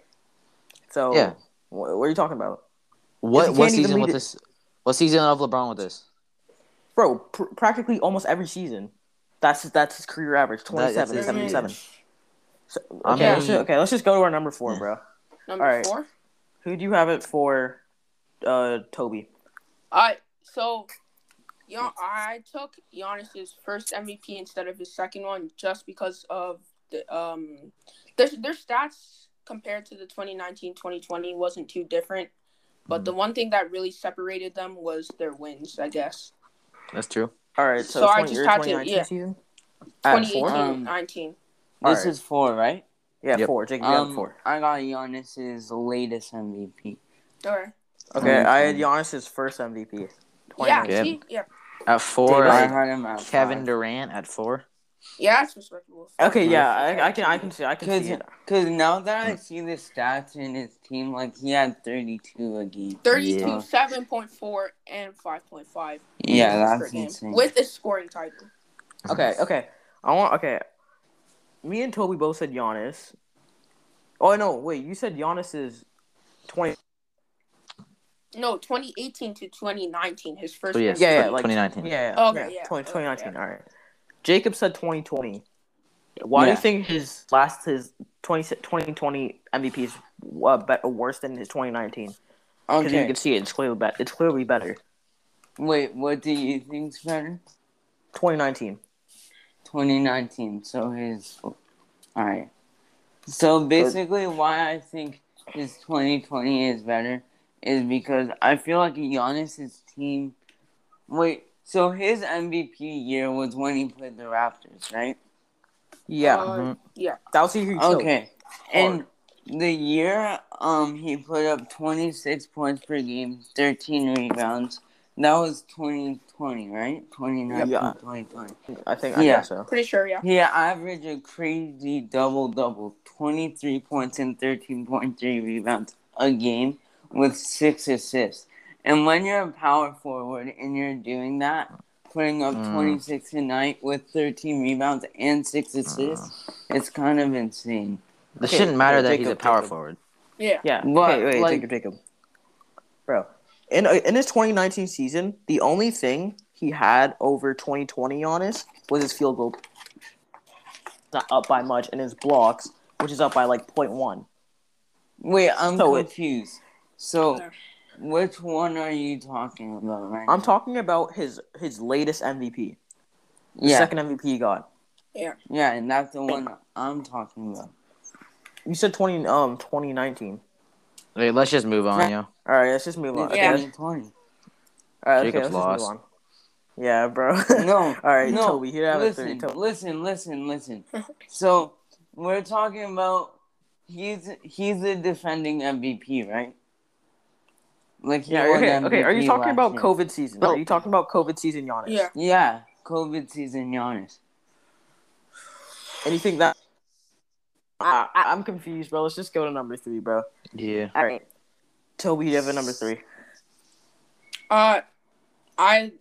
A: So,
B: Yeah.
A: wh- what are you talking about?
B: What
A: can't
B: what
A: even
B: season
A: lead
B: with
A: it-
B: this? What season of LeBron with this?
A: Bro, pr- practically almost every season, that's his, that's his career average
B: that's
A: 27,
B: his-
A: 77. So,
B: I
A: okay, let's
B: mean-
A: just, okay, let's just go to our number four, bro.
D: Number
A: All right.
D: four.
A: Who do you have it for, uh, Toby?
D: I so, you know, I took Giannis's first MVP instead of his second one just because of the um their their stats compared to the 2019-2020 wasn't too different, but
A: Mm-hmm.
D: the one thing that really separated them was their wins, I guess.
B: That's true.
A: All right, so,
D: So I
A: 20,
D: just
A: your
D: had to-
A: 2019
D: yeah.
A: season? At four?
C: Um,
D: 2018-19.
C: This
A: Alright.
C: is four, right?
A: Yeah,
B: Yep.
A: four. Jake, you have
C: Um,
A: four.
C: I got Giannis's latest MVP.
D: All right.
A: Okay, I had
C: okay.
A: Giannis's first MVP.
D: Yeah,
A: 2019.
B: Good.
D: see? yeah,
B: At four,
A: Dude,
C: I
B: I-
C: had him at
B: Kevin Durant at four.
D: yeah, that's respectable.
A: Okay, yeah, I, I can, I can see, I can see it.
C: Because now that I see the stats in his team, like he had 32 a game.
D: 32,
C: Yeah.
D: 7.4, and 5.5.
C: Yeah,
D: per
C: that's
D: game
C: insane.
D: With a scoring title.
A: Okay, okay. I want. Okay, me and Toby both said Giannis. Oh no, wait. You said Giannis is twenty.
D: No, 2018 to 2019, his first
B: So, yes.
D: MVP.
A: Yeah, yeah,
B: 20-
A: like
B: 2019.
A: Yeah, yeah.
D: Okay, yeah,
A: 20,
D: okay,
A: 2019, All right. Jacob said twenty twenty. Why do you
C: Yeah.
A: think his last his 20, 2020 MVP is uh, bet- worse than his twenty nineteen? Because you
C: Okay.
A: can see it. It's clearly better. It's clearly better.
C: Wait, what do you think's better?
A: Twenty nineteen.
C: 2019. So his. Alright. So basically, why I think his 2020 is better is because I feel like Giannis's team. Wait, so his MVP year was when he played the Raptors, right?
A: Yeah,
D: Uh,
B: mhm.
D: Yeah.
A: that was a huge. choke.
C: Okay. And the year um he put up 26 points per game, 13 rebounds. That was 2020, right? 2019,
A: Yeah.
C: 2020.
A: I think. I
C: Yeah.
A: guess so.
D: Pretty sure, yeah.
C: He averaged a crazy double double 23 points and 13.3 rebounds a game with six assists. And when you're a power forward and you're doing that, putting up
B: Mm.
C: 26 a night with 13 rebounds and six assists,
A: Mm.
C: it's kind of insane.
B: This
A: Okay,
B: shouldn't matter
A: okay,
B: that he's a
A: Jacob,
B: power
A: Jacob.
B: forward.
D: Yeah.
A: Yeah.
C: But,
A: wait, wait,
C: like-
A: Jacob, Jacob. Bro, in uh, in his 2019 season, the only thing he had over 2020 on us was his field goal. Not up by much, and his blocks, which is up by like 0.1.
C: Wait, I'm
A: So it-
C: confused. So
D: Yeah.
C: Which one are you talking about right
A: I'm
C: now?
A: talking about his his latest MVP, the
C: Yeah,
A: second MVP he got.
C: yeah, and that's the one I'm talking about.
A: You said twenty um twenty nineteen.
B: Wait, let's just move on,
C: Right.
B: yo.
A: All right, let's just move on.
D: Yeah.
A: Okay.
C: 2020.
A: All right, okay,
B: Jacob's
A: let's just move on. Yeah, bro. *laughs*
C: No.
A: All right,
C: no,
A: Toby, you have a three.
C: listen,
A: Toby.
C: listen, listen,
D: *laughs*
C: listen. so we're talking about he's he's the defending MVP, right? Like he
A: Yeah,
C: won
A: okay, okay. Are you
C: MVP
A: talking
C: last
A: about
C: year.
A: COVID season? Are you talking about COVID season, Giannis?
D: Yeah.
C: Yeah, COVID season, Giannis.
A: And you think that? I, I, I'm confused, bro. Let's just go to number three, bro.
B: Yeah.
A: All right, Toby, you have a number three.
D: Uh, I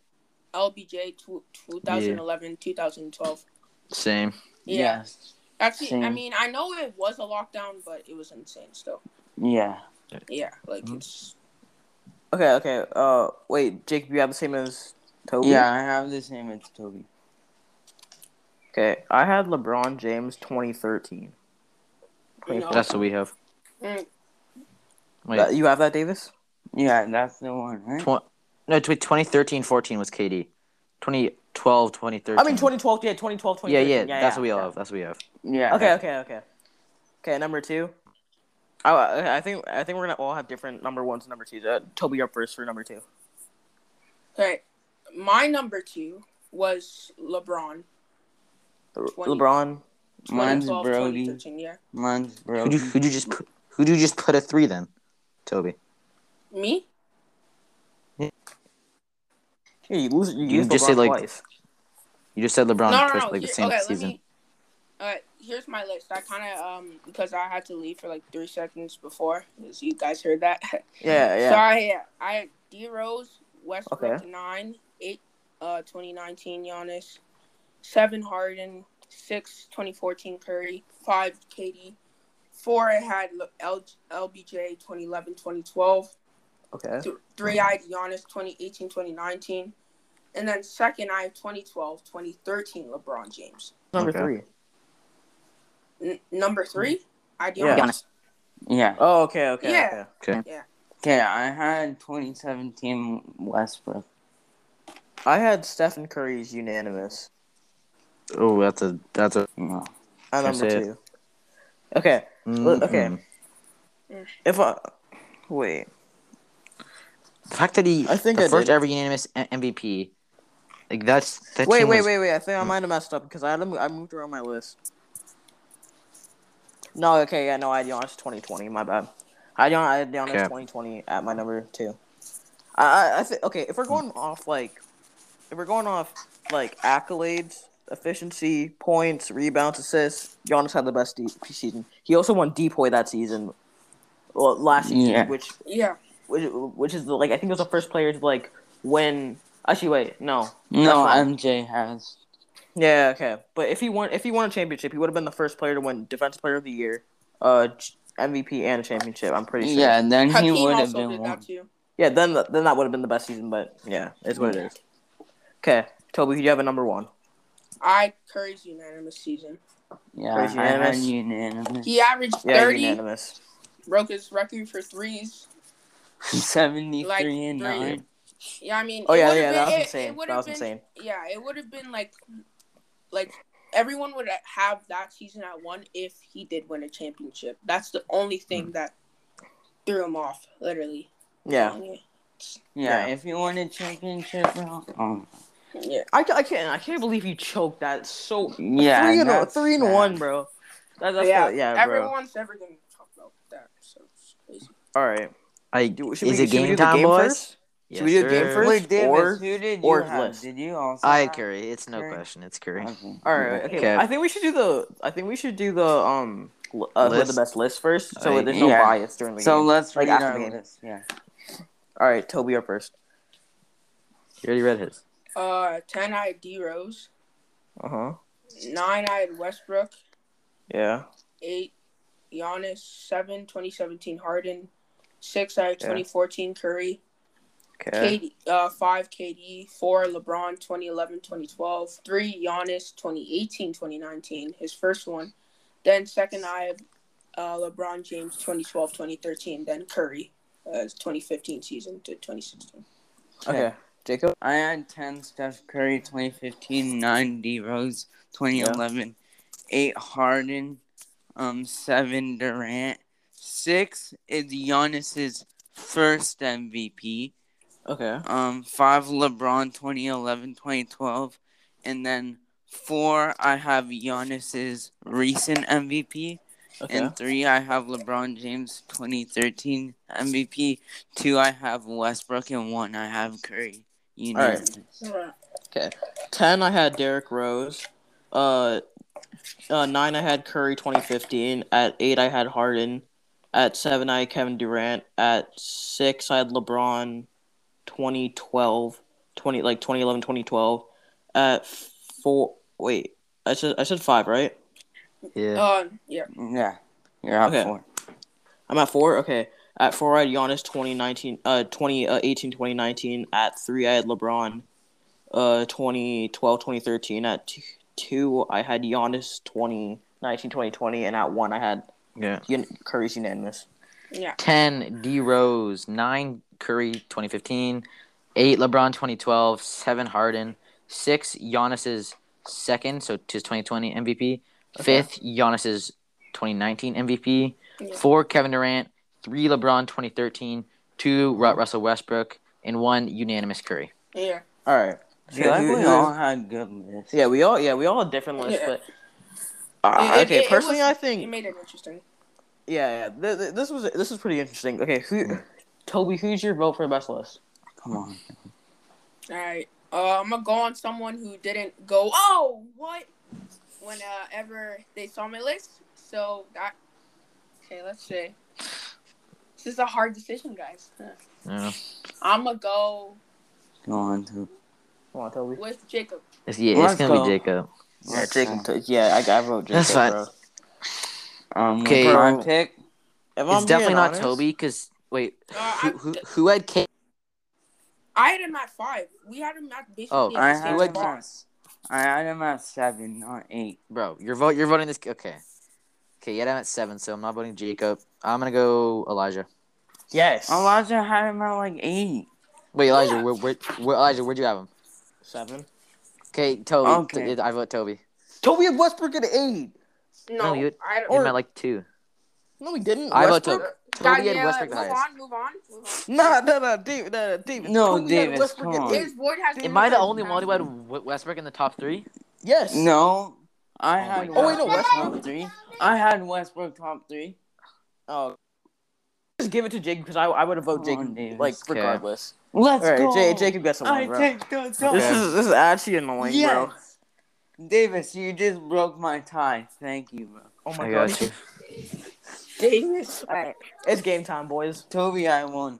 D: LBJ tw 2011, 2012.
B: Same.
D: Yeah.
C: Yes.
D: Actually, I
C: Same.
D: mean, I know it was a lockdown, but it was insane still.
C: Yeah.
D: Yeah, like
B: Mhm.
D: it's
A: Okay, okay. Uh, wait, Jacob, you have the same as Toby.
C: Yeah, I have the same as Toby.
A: Okay, I had LeBron James 2013.
D: you know,
B: That's what we have.
D: mm,
B: Wait,
A: That- you have that, Davis?
C: Yeah, that's the one, right?
A: Hmm?
B: tw- no, tw- 2013 14 was KD. 2012 2013.
A: I mean 2012. Yeah, 2012.
B: Yeah, yeah,
A: 2013.
B: that's what we all have. That's what we have.
C: Yeah.
A: Okay, okay, okay. Okay, number two. I- I, I think I think we're gonna all have different number ones and number twos. Uh, Toby, you're up first for number two.
D: okay. My number two was LeBron.
A: Le-
D: 20.
A: LeBron.
C: Mine's
D: 2012,
C: Brody.
D: 2013, yeah.
C: Mine's
B: Who do
C: Brody.
A: Um,
B: you, who do you just put, who do you just put a 3 then? Toby.
D: Me?
A: Hey, you lose. You,
B: You
A: used
B: just
A: LeBron
B: said, like-
A: twice.
B: You just said
D: no,
B: LeBron
D: no,
B: twice,
D: no.
B: like the
D: here-
B: same
D: okay, let
B: season.
D: me. Uh, here's my list. I kind of um because I had to leave for like three seconds before, as you guys heard that. *laughs*
A: Yeah, yeah.
D: So I I D Rose Westbrook
A: Okay.
D: nine eight uh 2019 Giannis seven Harden six 2014 Curry five KD four I had L- L- LBJ 2011 2012
A: Okay.
D: th- three eyed Giannis 2018 2019 and then second I have 2012 2013 LeBron James
A: Number
B: Okay.
A: three.
D: N- number three I had
A: Yeah.
D: Giannis
C: Yeah.
A: Oh, okay, okay,
D: Yeah.
A: okay.
C: Okay, I had 2017 Westbrook.
A: I had Stephen Curry's unanimous
B: Oh, that's a that's a
C: No.
A: at
B: That's
A: number
B: it.
A: two. Okay,
B: mm,
A: okay.
B: mm.
A: if I wait,
B: The fact that he
A: I
B: I
A: think
B: think the
A: I
B: first
A: did.
B: ever unanimous M- MVP. Like that's that
A: wait,
B: team
A: wait,
B: was- Mm.
A: wait, wait. I think I might have messed up because I had to mo- I moved around my list. No, okay, yeah, no, I had Giannis 2020. My bad. I had Gian- I had Giannis
B: Okay.
A: 2020 at my number two. I I, I think okay.
B: Hmm.
A: If we're going off like, if we're going off like accolades, efficiency, points, rebounds, assists, Giannis had the best D- season. He also won DPOY that season, well, last season,
C: Yeah.
A: which
D: yeah
A: which, which is like I think it was the first player to like win. Actually, wait, no.
C: No,
A: fine.
C: MJ has.
A: Yeah, okay. But if he won, if he won a championship, he would have been the first player to win Defense Player of the Year, uh, ch- MVP, and a championship. I'm pretty sure.
C: Yeah, then he
D: Hakeem
C: would have
D: also
C: been
D: did
C: one.
D: that too
A: yeah. Then th- then that would have been the best season. But yeah, it's what it is. Okay, Toby, you have a number one.
D: I Curry's unanimous season
C: Yeah,
A: Where's
C: I had
A: unanimous?
C: unanimous. *laughs*
D: he averaged
A: Yeah,
D: 30
A: unanimous.
D: broke his record for threes
C: 73
D: Like
C: and
D: three.
C: 9.
D: Yeah, I mean,
A: Oh
D: it
A: yeah,
D: would've
A: yeah,
D: been-
A: that was
D: it- it
A: insane.
D: would've
A: that was
D: been-
A: insane.
D: Yeah, it would have been like, like everyone would have that season at one if he did win a championship. That's the only
A: Hmm.
D: thing that threw him off, literally.
A: Yeah,
C: Yeah,
A: Yeah.
C: if he won a championship, bro. Um,
D: yeah.
A: I, ca- I can't I can't believe you choked that so
C: yeah.
A: three and a-
C: that's
A: three and
C: sad.
A: one, bro. That, that's yeah,
D: Yeah,
A: yeah, Oh, bro.
D: Everyone's ever gonna talk about that. So it's crazy.
A: All right,
B: I
A: Do-
B: is
A: should we-
B: it
A: should we
B: game
A: do the
B: time,
A: game
B: boys?
A: first? Should we do the game
B: sir.
A: first?
C: Wait, Davis,
A: Or-
C: who did you
A: or
C: have?
A: list.
C: Did you also?
B: I
C: have-
B: Curry. It's no
C: Curry.
B: question. It's Curry.
C: Okay.
A: All right. Okay.
B: Okay.
A: I think we should do the. I think we should do the um l- uh, who had the
B: List?
A: best list first, so
B: Alright,
A: there's no
C: yeah.
A: bias during the
C: So
A: game.
C: let's
A: Like
C: read
A: after
C: our
A: the game.
C: list. Yeah.
A: All right, Toby, you're first.
B: You already read his.
D: Uh, ten I had D Rose,
A: Uh huh.
D: nine I had Westbrook,
A: Yeah.
D: eight Giannis, seven 2017 Harden, six I had
A: Yeah.
D: 2014 Curry,
A: Okay.
D: KD, uh, 5 KD, 4 LeBron 2011 2012, 3 Giannis 2018 2019, his first one. Then second, I have uh, LeBron James 2012 2013, then Curry. uh, 2015 season to 2016.
A: Okay, Jacob.
C: I had 10 Steph Curry 2015, 9 D Rose 2011, 8 Harden, um, 7 Durant, 6 is Giannis's first MVP,
A: Okay.
C: um, 5 LeBron 2011, 2012, and then 4 I have Giannis's recent MVP.
A: Okay.
C: And three, I have LeBron James 2013 MVP. Two, I have Westbrook, and one, I have Curry. You know,
A: All right. Ten, I had Derrick Rose. Uh, uh, nine, I had Curry 2015. At eight, I had Harden. At seven, I had Kevin Durant. At six, I had LeBron 2012, 20, like 2011, 2012. At four, wait, I said, I said five, right?
B: Yeah.
A: Oh.
D: Uh, yeah.
C: yeah, you're out
A: Okay.
C: four.
A: I'm at four? Okay. At four, I had Giannis 2019, uh, 2018, 2019. At three, I had LeBron uh, 2012, 2013. At t- two, I had Giannis 2019, 2020. And at one, I had
B: yeah.
A: Un- Curry's unanimous.
D: Yeah.
B: 10 D Rose, 9 Curry 2015, 8 LeBron 2012, 7 Harden, 6 Giannis's second, so to his 2020 MVP, 5th Giannis's 2019 MVP,
D: Yeah.
B: 4 Kevin Durant, 3 LeBron 2013, 2 Ru- Russell Westbrook, and 1 unanimous Curry.
D: Yeah.
A: All right.
C: You
A: Yeah,
C: we
A: we
C: all had good lists.
A: Yeah, we all yeah we all had different lists,
D: Yeah.
A: but Uh,
D: It- it-
A: okay.
D: it- it
A: personally,
D: was-
A: I
D: You
A: think
D: made it interesting.
A: yeah, yeah th- th- this was this was pretty interesting. Okay,
B: Hmm.
A: who, Toby, who's your vote for the best list?
C: Come on.
D: All right. Uh, I'm gonna go on someone who didn't go. Oh, what? Whenever they saw my list, so that. Okay, let's see. This is a hard decision, guys.
B: Yeah.
D: I'm gonna go
C: Go on to.
A: Come on, Toby.
D: with Jacob.
B: It's, yeah,
C: Let's
B: it's going to
C: go.
B: be Jacob.
A: Yeah,
C: Let's
A: Jacob. To- yeah, I, I vote Jacob.
B: That's fine.
A: Bro.
C: Um,
B: Okay.
C: okay. My pick.
A: If
B: it's
A: I'm
B: definitely
A: being
B: not
A: honest-
B: Toby because, wait,
D: Uh,
B: who,
D: I-
B: who, who had K?
D: I had him at five. We had him at basically
B: Oh,
D: at the
C: I
D: same
C: had him
D: spot.
C: at. I had him at seven, not eight.
B: Bro, you're vote you're voting this okay. Okay, yeah, I'm at seven, so I'm not voting Jacob. I'm gonna go Elijah.
A: Yes.
C: Elijah had him at like eight.
B: Wait, Elijah,
D: Yeah.
B: where, where, where Elijah, where'd you have him?
A: Seven.
B: Okay, Toby.
C: Okay.
B: T- I vote Toby.
A: Toby had Westbrook at eight.
D: No,
B: No, you-
D: I don't.
B: Or,
A: Or-
B: meant like two.
A: No, he didn't.
B: I vote
A: Westbrook-
B: Toby.
D: Guys,
B: Toby had
D: yeah,
B: Westbrook
D: move
B: highest.
D: on, move on, move
A: *laughs*
D: on.
A: Nah, nah, nah, David, nah, nah, David.
C: No,
A: Toby had
C: Davis,
A: Westbrook
C: come
A: at
C: on.
A: eight.
D: His board has.
B: Am I the only one who had
D: one?
B: W- Westbrook in the top three?
A: Yes.
C: No, I
B: Oh
C: had.
B: my
A: God. Oh, wait, no,
C: Westbrook
A: Westbrook.
C: top three. I had Westbrook top three.
A: Oh. Just give it to Jacob because I, I would have voted
C: Come
A: Jacob
C: on, Davis.
A: like
B: Okay.
A: regardless.
C: Let's
A: All right,
C: go.
A: J- Jacob gets the
C: I
A: one, bro.
C: take the
A: This
B: Okay.
A: is this is actually annoying, bro.
C: Yes. Davis, you just broke my tie. Thank you, bro.
A: Oh
B: I
A: my god.
B: got you.
D: Davis.
A: It's game time, boys.
C: Toby, I won.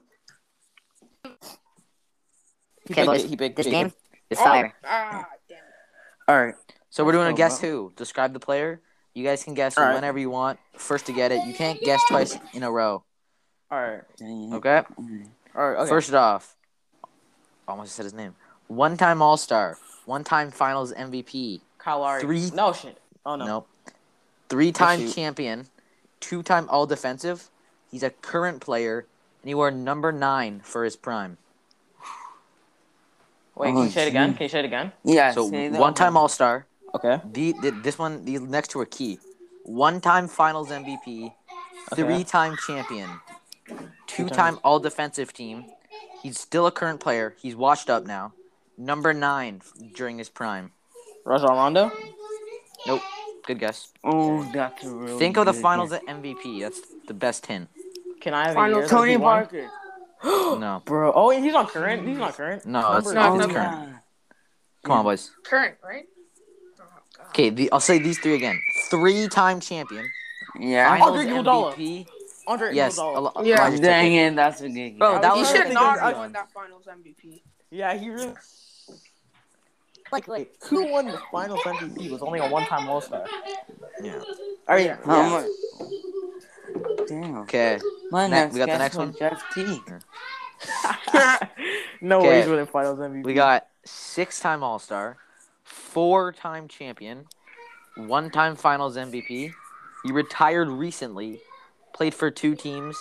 A: He
B: Okay,
A: picked-
B: boys,
A: he picked
B: this
A: Jacob.
B: game- It's
D: Oh, ah, damn.
A: All right.
B: So we're doing a
C: Oh,
B: guess
C: wow.
B: who. Describe the player. You guys can guess
A: All right.
B: whenever you want. First to get it. You can't guess twice in a row.
A: All right.
C: Dang it.
B: Okay.
A: All right. Okay.
B: First off, almost said his name. One-time All-Star. One-time Finals MVP.
A: Kyle Lowry.
B: three-
A: No shit. Oh no.
B: Nope. Three time
A: shoot.
B: champion, two time all defensive. He's a current player, and he wore number nine for his prime.
A: Wait.
C: Oh,
A: can you say it again?
C: gee.
A: Can you say it again?
C: Yeah.
B: So
C: say that
B: one time all star.
A: Okay.
B: The, the this one the next two are key. One time finals MVP,
A: Okay.
B: three time champion, two time all defensive team. He's still a current player. He's washed up now. Number nine during his prime.
A: Rajon Rondo.
B: Nope. Good guess.
C: Oh, that's a really
B: Think of the
C: good
B: finals
C: guess.
B: MVP. That's the best hint.
A: Can I have a
D: Final
A: year that
C: Tony
A: he won?
C: Parker.
B: No.
A: *gasps* Bro, oh, wait, he's not current. He's not current.
B: No, that's
A: Number-
D: not
B: not
D: number-
B: current.
C: yeah.
B: Come on, boys.
D: Current, right? Oh, God.
B: Okay, the, I'll say these three again. Three-time champion.
C: Yeah.
B: Finals
A: Andre Iguodala.
B: MVP.
A: Andre
B: Yes.
A: Iguodala.
B: Al-
D: Yeah.
B: Elijah took
C: Dang
B: it.
C: it, that's a good guess.
B: Bro, that
D: He
B: was-
D: should not
A: I
D: have
A: was
D: won that Finals MVP.
A: Yeah, he really. Like, like, who won the finals MVP was only a one-time All-Star.
B: Yeah.
A: All right,
D: Yeah.
C: How
A: yeah.
C: much? Damn.
B: Okay.
C: My
B: Ne-
C: next
B: we got the
C: guess
B: next
C: was
B: one?
C: Jeff T.
A: *laughs* no
B: Okay.
A: way he's winning finals MVP.
B: We got six-time All-Star, four-time champion, one-time Finals MVP. He retired recently, played for two teams,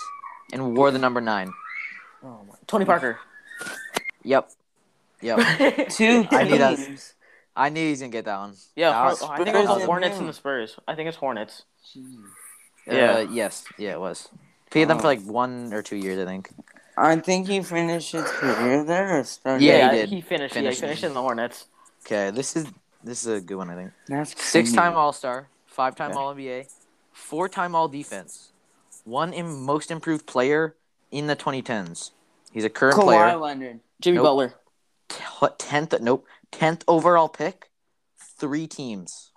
B: and wore the number nine.
A: Oh my. Tony *laughs* Parker.
B: Yep.
C: *laughs*
B: Yep.
C: Two
B: I knew that.
C: teams.
B: I knew he was gonna get that one.
A: Yeah,
B: That was
A: Hor- I think it was
C: Spurs
A: the
C: and
A: Hornets
C: who?
A: and the Spurs. I think it's Hornets.
C: Jeez.
A: Yeah.
B: Uh, yes. Yeah, it was. He had them for
C: Oh.
B: like one or two years, I think.
C: I think he finished his career there or started.
B: Yeah, he
A: he,
B: did.
A: finished. Yeah, he
B: Finished.
A: finished in the Hornets.
B: Okay, this is this is a good one, I think.
C: That's
B: Six time
C: crazy.
B: All Star, five time
A: Okay.
B: All NBA, four time All Defense, one Im- most improved player in the 2010s. He's a current
C: Kawhi
B: player.
C: Leonard.
A: Jimmy
B: Nope.
A: Butler.
B: T- tenth, nope, tenth overall pick. Three teams.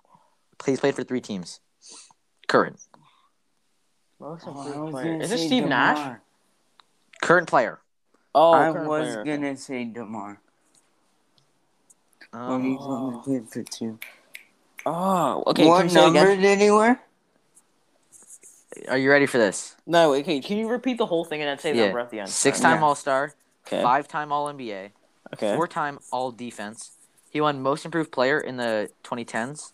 B: He's played for three teams. Current,
A: Most
C: Oh, I
A: improved
C: was
A: player.
C: gonna
A: Is this
C: say
A: Steve Nash?
C: DeMar.
B: current player.
A: Oh,
C: I
A: current
C: was
A: player.
C: gonna say Demar. But
B: Um,
C: he's only played for two.
A: Oh, okay. can you
C: what
A: say it again?
C: number did he wear?
B: are you ready for this?
A: No, wait, okay. Can you repeat the whole thing and then say the
B: Yeah.
A: number at the end?
B: Six
A: Sorry.
B: time
C: Yeah.
B: All Star,
A: Okay.
B: five time All NBA,
A: okay.
B: four time All Defense. He won Most Improved Player in the 2010s.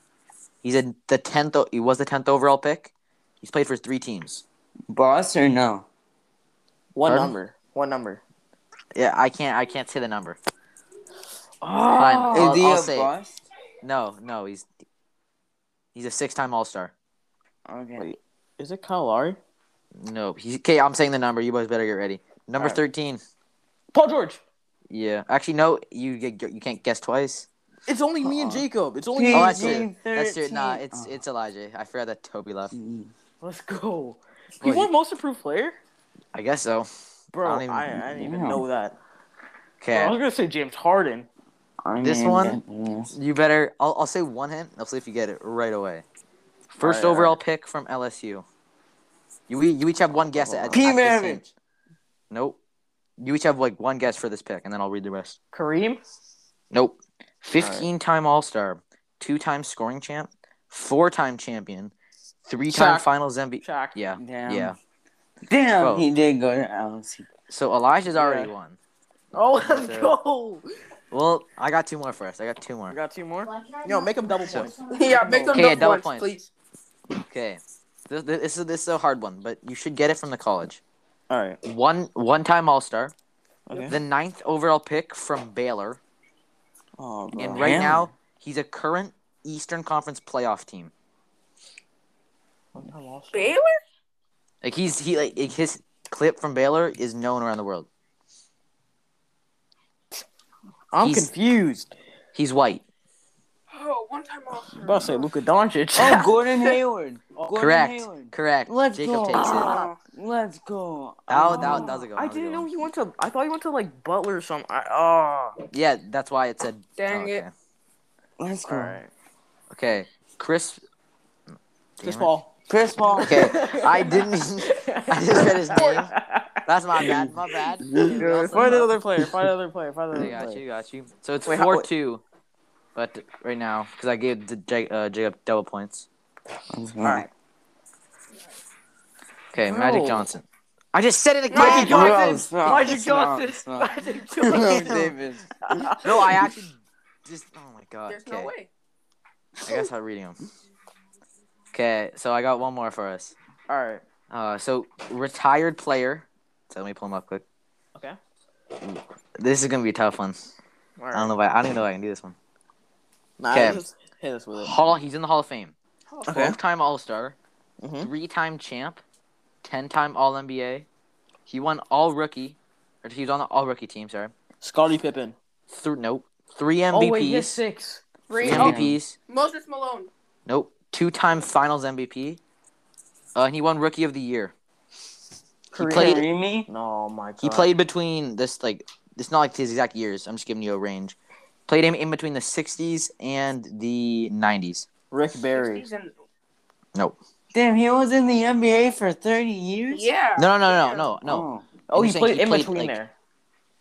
B: He's a, the tenth. o- He was the tenth overall pick. He's played for three teams.
C: Boss or no?
A: One
B: Pardon?
A: number. One number.
B: Yeah, I can't. I can't say the number.
A: Oh,
B: I'll-
C: Is he
B: I'll
C: a
B: say it.
C: boss?
B: No, no. He's he's a six-time All Star.
C: Okay.
A: Wait. is it Kyle Lowry?
B: No, he's okay. I'm saying the number. You boys better get ready. Number
A: All right.
B: thirteen.
A: Paul George.
B: Yeah, actually, no. You get you can't guess twice.
A: It's only me and
C: Uh-uh.
A: Jacob. It's only
C: P-
A: me
B: Oh,
A: and
B: that's
A: Jacob.
B: true. That's true. Nah,
C: 13.
B: it's it's Elijah. I forgot that Toby left.
C: Oh. Mm-hmm.
A: Let's go.
B: Well,
A: He
B: you-
A: won most improved player?
B: I guess so.
A: Bro,
B: I
A: I,
B: don't even-
A: I, didn't even
C: Yeah.
A: know that. Bro, I
B: Okay,
A: was gonna say James Harden.
C: I
B: This
C: mean,
B: one?
C: yes.
B: you better. I'll I'll say one hint. I'll see if you get it right away. First
A: All right,
B: overall
A: all
B: pick from LSU. You e- you each have one guess at.
C: P.
B: at the same-
C: Maravich.
B: Nope. You each have like one guess for this pick, and then I'll read the rest.
A: Kareem?
B: Nope. 15 time All Star, two time scoring champ, four time champion, three time
A: Shaq.
B: finals MVP.
A: Shaq.
B: Yeah.
C: Damn.
B: Yeah.
C: Damn,
B: Bro.
C: he did go to LSU.
B: So Elijah's already
A: Yeah.
B: won.
A: Oh, let's
B: That's it.
A: go.
B: Well, I got two more for us. I got two
A: I
B: more.
A: got two more. No, make him double points.
D: *laughs* yeah, make them
B: Okay,
D: double,
B: double
D: points,
B: points.
D: please.
B: Okay. This, this, is, this is a hard one, but you should get it from the college.
A: All right.
B: One one time All Star,
A: Okay.
B: the ninth overall pick from Baylor,
A: Oh, bro.
B: and right
C: Damn.
B: now he's a current Eastern Conference playoff team.
A: I'm lost.
D: Baylor?
B: Like he's he like his clip from Baylor is known around the world.
A: I'm
B: He's- *laughs*
A: confused.
B: He's white.
D: Oh, one time off.
A: I'm about to say Luka Doncic.
C: Oh, Gordon Hayward. Gordon
B: Correct.
C: Hayward.
B: Correct.
C: Let's
B: Jacob
C: go.
B: takes it.
D: Oh,
C: Let's go.
B: That,
C: Oh.
B: was- that, was- that was a good one.
A: I
B: that was a
A: didn't
B: good
A: know
B: one.
A: he went to. I thought he went to like Butler or something. I, oh.
B: Yeah, that's why it said.
D: dang
B: oh, okay.
D: it.
C: Let's go.
A: All right.
B: Okay, Chris.
A: Chris
B: Damn it.
A: Paul.
C: Chris Paul.
B: Okay, *laughs*
A: *laughs*
B: I didn't. I just said his name. That's my bad. My
A: *laughs*
B: bad.
A: Dude, find another player. Find another player. Find
B: I
A: another
B: got
A: player.
B: you. Got you. So it's
A: Wait, how-
B: four two, but right now because I gave the J- uh, Jacob double points.
A: All right.
B: Okay,
A: Bro.
B: Magic Johnson. I just said it again.
A: Magic
C: Bro,
A: Johnson.
C: stop,
A: Magic
C: stop,
A: Johnson.
C: stop.
A: Magic
B: *laughs*
A: *laughs*
C: Bro, *laughs*
A: Johnson.
C: Davis.
B: No, I actually just. Oh my god.
D: There's
B: okay.
D: no way.
B: I guess I'm reading them. Okay, so I got one more for us.
A: All right.
B: Uh, so retired player. So let me pull him up quick.
A: Okay.
B: This is gonna be a tough one.
A: All
B: I
A: right.
B: don't know. If I, I don't even know if I can do this one.
A: Nah,
B: Okay.
A: just hit us with it.
B: Hall. He's in the Hall of Fame.
A: Okay.
B: Twelve-time All Star,
A: Mhm.
B: three-time champ, ten-time All NBA. He won All Rookie, or he was on the All Rookie team. Sorry.
A: Scottie Pippen.
B: Th- nope. Three MVPs.
A: Oh wait, he has six.
D: Three.
B: Three
C: Yeah.
D: Oh,
B: MVPs.
D: Moses Malone.
B: Nope. Two-time Finals MVP. Uh, and he won Rookie of the Year.
A: Kareem.
B: played-
C: Kareem?
A: No, my God.
C: Uh,
B: He played between this like it's not like his exact years. I'm just giving you a range. Played him in between the '60s and the '90s.
A: Rick Barry.
D: 60s and-
C: Damn, he was in the NBA for 30 years?
D: Yeah.
B: No, no, no, no, no, no.
C: Oh.
A: Oh,
B: I'm
A: he
B: saying
A: played
B: he
A: in
B: played,
A: between
B: like-
A: there.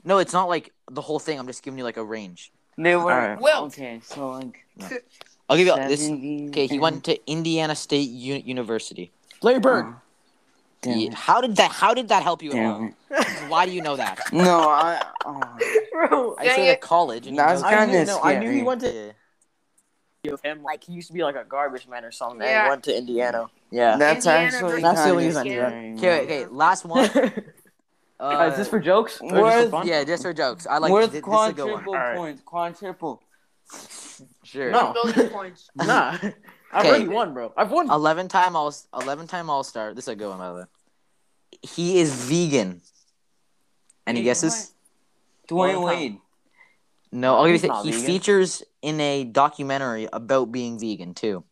B: No, it's not like the whole thing. I'm just giving you like a range.
C: They were.
A: Alright.
D: Wilt.
C: Okay, so like.
B: I'll give you this.
C: 70s.
B: Okay, he went to Indiana State U- University.
A: Larry Bird.
C: Oh, Damn
B: He-
C: it.
B: how did that? How did that help you at
C: Damn
B: *laughs* all?
C: it.
B: Why do you know that?
C: No, I. Oh.
A: *laughs* Bro,
B: I
D: Dang
B: say the
D: it.
B: college. And you
C: That's
B: know-
A: I
C: kinda
A: knew, no, I knew
C: scary.
A: he went to
B: Yeah.
A: of him. Like he used to be like a garbage man or something.
D: and Yeah.
A: went to
B: *laughs*
A: Indiana. Yeah.
C: That's
D: Indiana
C: actually.
D: versus
A: That's the
C: kinda
A: reason, yeah. *laughs*
C: scary, *laughs*
B: Okay, wait,
C: man.
B: okay. Last one.
A: Uh, is this for jokes? Or just
C: Where's-
A: for fun?
B: yeah, just for jokes. I like
C: Worth
B: thi- this. is a good one.
C: quadruple
A: Alright.
C: points. Quadruple.
B: Sure.
A: No.
D: Billion
B: *laughs*
D: points.
A: Nah. *laughs* I've
B: Okay.
A: already won, bro. I've won.
B: Eleven time all. Eleven time all star. This is a good one, by the way. He is vegan. Any
C: Vegan?
B: guesses?
A: Long
C: Dwayne
A: time.
C: Wade.
B: No, I'll give
A: He's
B: you.
A: not
B: He
A: vegan.
B: features in a documentary about being vegan too.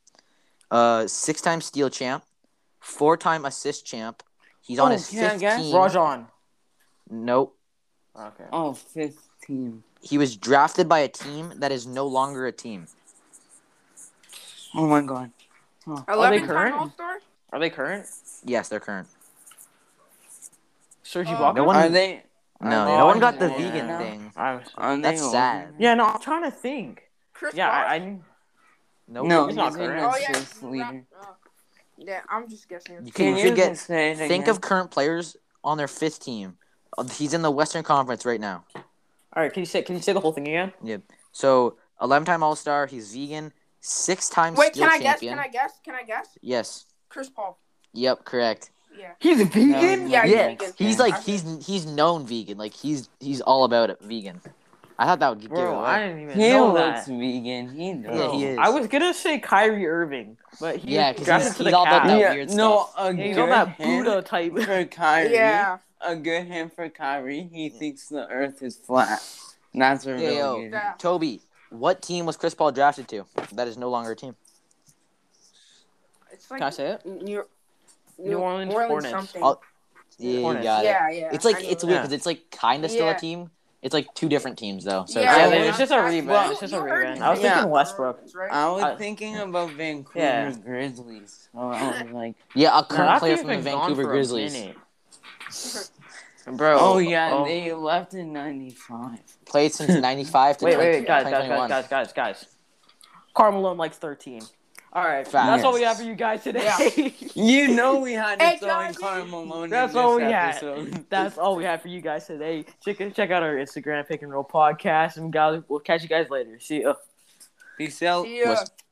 B: Uh, six-time steal champ, four-time assist champ. He's on
C: Oh,
B: his
C: can I
B: fifth
C: guess?
B: team.
A: Rajon.
B: Nope.
A: Okay.
C: Oh, fifth team.
B: He was drafted by a team that is no longer a team.
C: Oh my god.
D: Eleven time
A: current?
D: All Star.
A: Are they current?
B: Yes, they're current.
A: Serge
D: Uh,
A: Ibaka?
B: no one-
C: Are they?
B: No,
A: Oh,
B: no one got the
A: yeah.
B: vegan
A: No.
B: thing.
A: I'm-
C: Are they
B: That's
C: all-
B: sad.
A: yeah, no, I'm trying to think.
D: Chris
A: Yeah,
D: Bosh?
A: I, I
B: Nope.
C: No,
A: He's
C: he's
A: not
C: not
A: correct.
D: Oh yeah.
C: assist leader.
D: uh, yeah, I'm just guessing.
B: You can, you should get
C: just say it
B: think
C: again?
B: of current players on their fifth team. Uh, He's in the Western Conference right now.
A: All right, can you say can you say the whole thing again?
B: So, 11-time All-Star, he's vegan, six-time
D: Wait,
B: steal
D: can I guess?
B: champion.
D: Can I guess? Can I guess?
B: Yes.
D: Chris Paul.
B: Yep, correct.
D: Yeah.
A: He's
C: No,
A: vegan?
D: Yeah,
C: he's
B: yeah,
C: not vegan.
B: He's
D: Yeah.
B: like he's he's known vegan. Like he's he's all about it vegan. I thought that would give it
A: Bro, I
B: away.
A: didn't even
C: He
A: know
C: looks
A: that.
C: vegan. He does.
B: Yeah, he is.
A: I was gonna say Kyrie Irving, but he
B: Yeah,
A: yeah,
B: 'cause
A: drafted
B: he's-
A: to the
B: he's all about Oh,
A: Cavs.
B: that
A: Yeah,
B: weird
C: no,
B: stuff.
C: a
A: he's
C: good
A: on that
C: hand
A: Buddha
B: *laughs*
A: type.
C: for Kyrie.
D: Yeah.
C: A good hand for Kyrie. He thinks the Earth is flat. And That's a
B: Yeah,
C: really
B: yo.
C: good.
D: Yeah.
B: Toby, what team was Chris Paul drafted to? That is no longer a team.
D: It's like
A: Can I say it?
D: New,
A: New Orleans Hornets.
D: something.
B: I'll- Yeah, you
A: Hornets.
B: got it.
D: yeah, yeah.
B: It's
D: I
B: like
D: know
B: it's
D: that.
B: weird because it's like kind of still
D: Yeah.
B: a team. It's like two different teams though. So
A: Yeah,
D: Yeah,
A: they-
C: well,
A: it's just a
D: I-
A: rebound.
C: well,
A: It's just a
D: you heard
A: rebound.
D: me.
A: I was
C: Yeah.
A: thinking Westbrook.
D: Right?
C: I was
A: I-
C: thinking about Vancouver
A: Yeah.
C: Grizzlies. So I
A: *laughs*
C: was like,
B: yeah, a
A: Now,
B: current
A: that
B: player
A: team's
B: oh, from the
A: been gone
B: Vancouver
A: for a
B: Grizzlies
A: minute. Bro.
C: oh, yeah,
A: oh.
C: they left in 95.
B: played since '95 to
A: Wait, wait, wait,
B: 20-
A: guys, guys,
B: 2021.
A: guys, guys, guys, guys. Carmelo in like 13. All right,
B: Facts.
A: that's all we have for you guys today.
C: You know we had to
D: Hey,
C: throw in
D: Johnny!
C: Karl Malone in
A: That's
C: this
A: all we had.
C: episode.
A: *laughs* that's all we have for you guys today. Check check out our Instagram pick and roll podcast, and guys, we'll catch you guys later. See ya.
C: Peace out.
D: See ya.
B: West-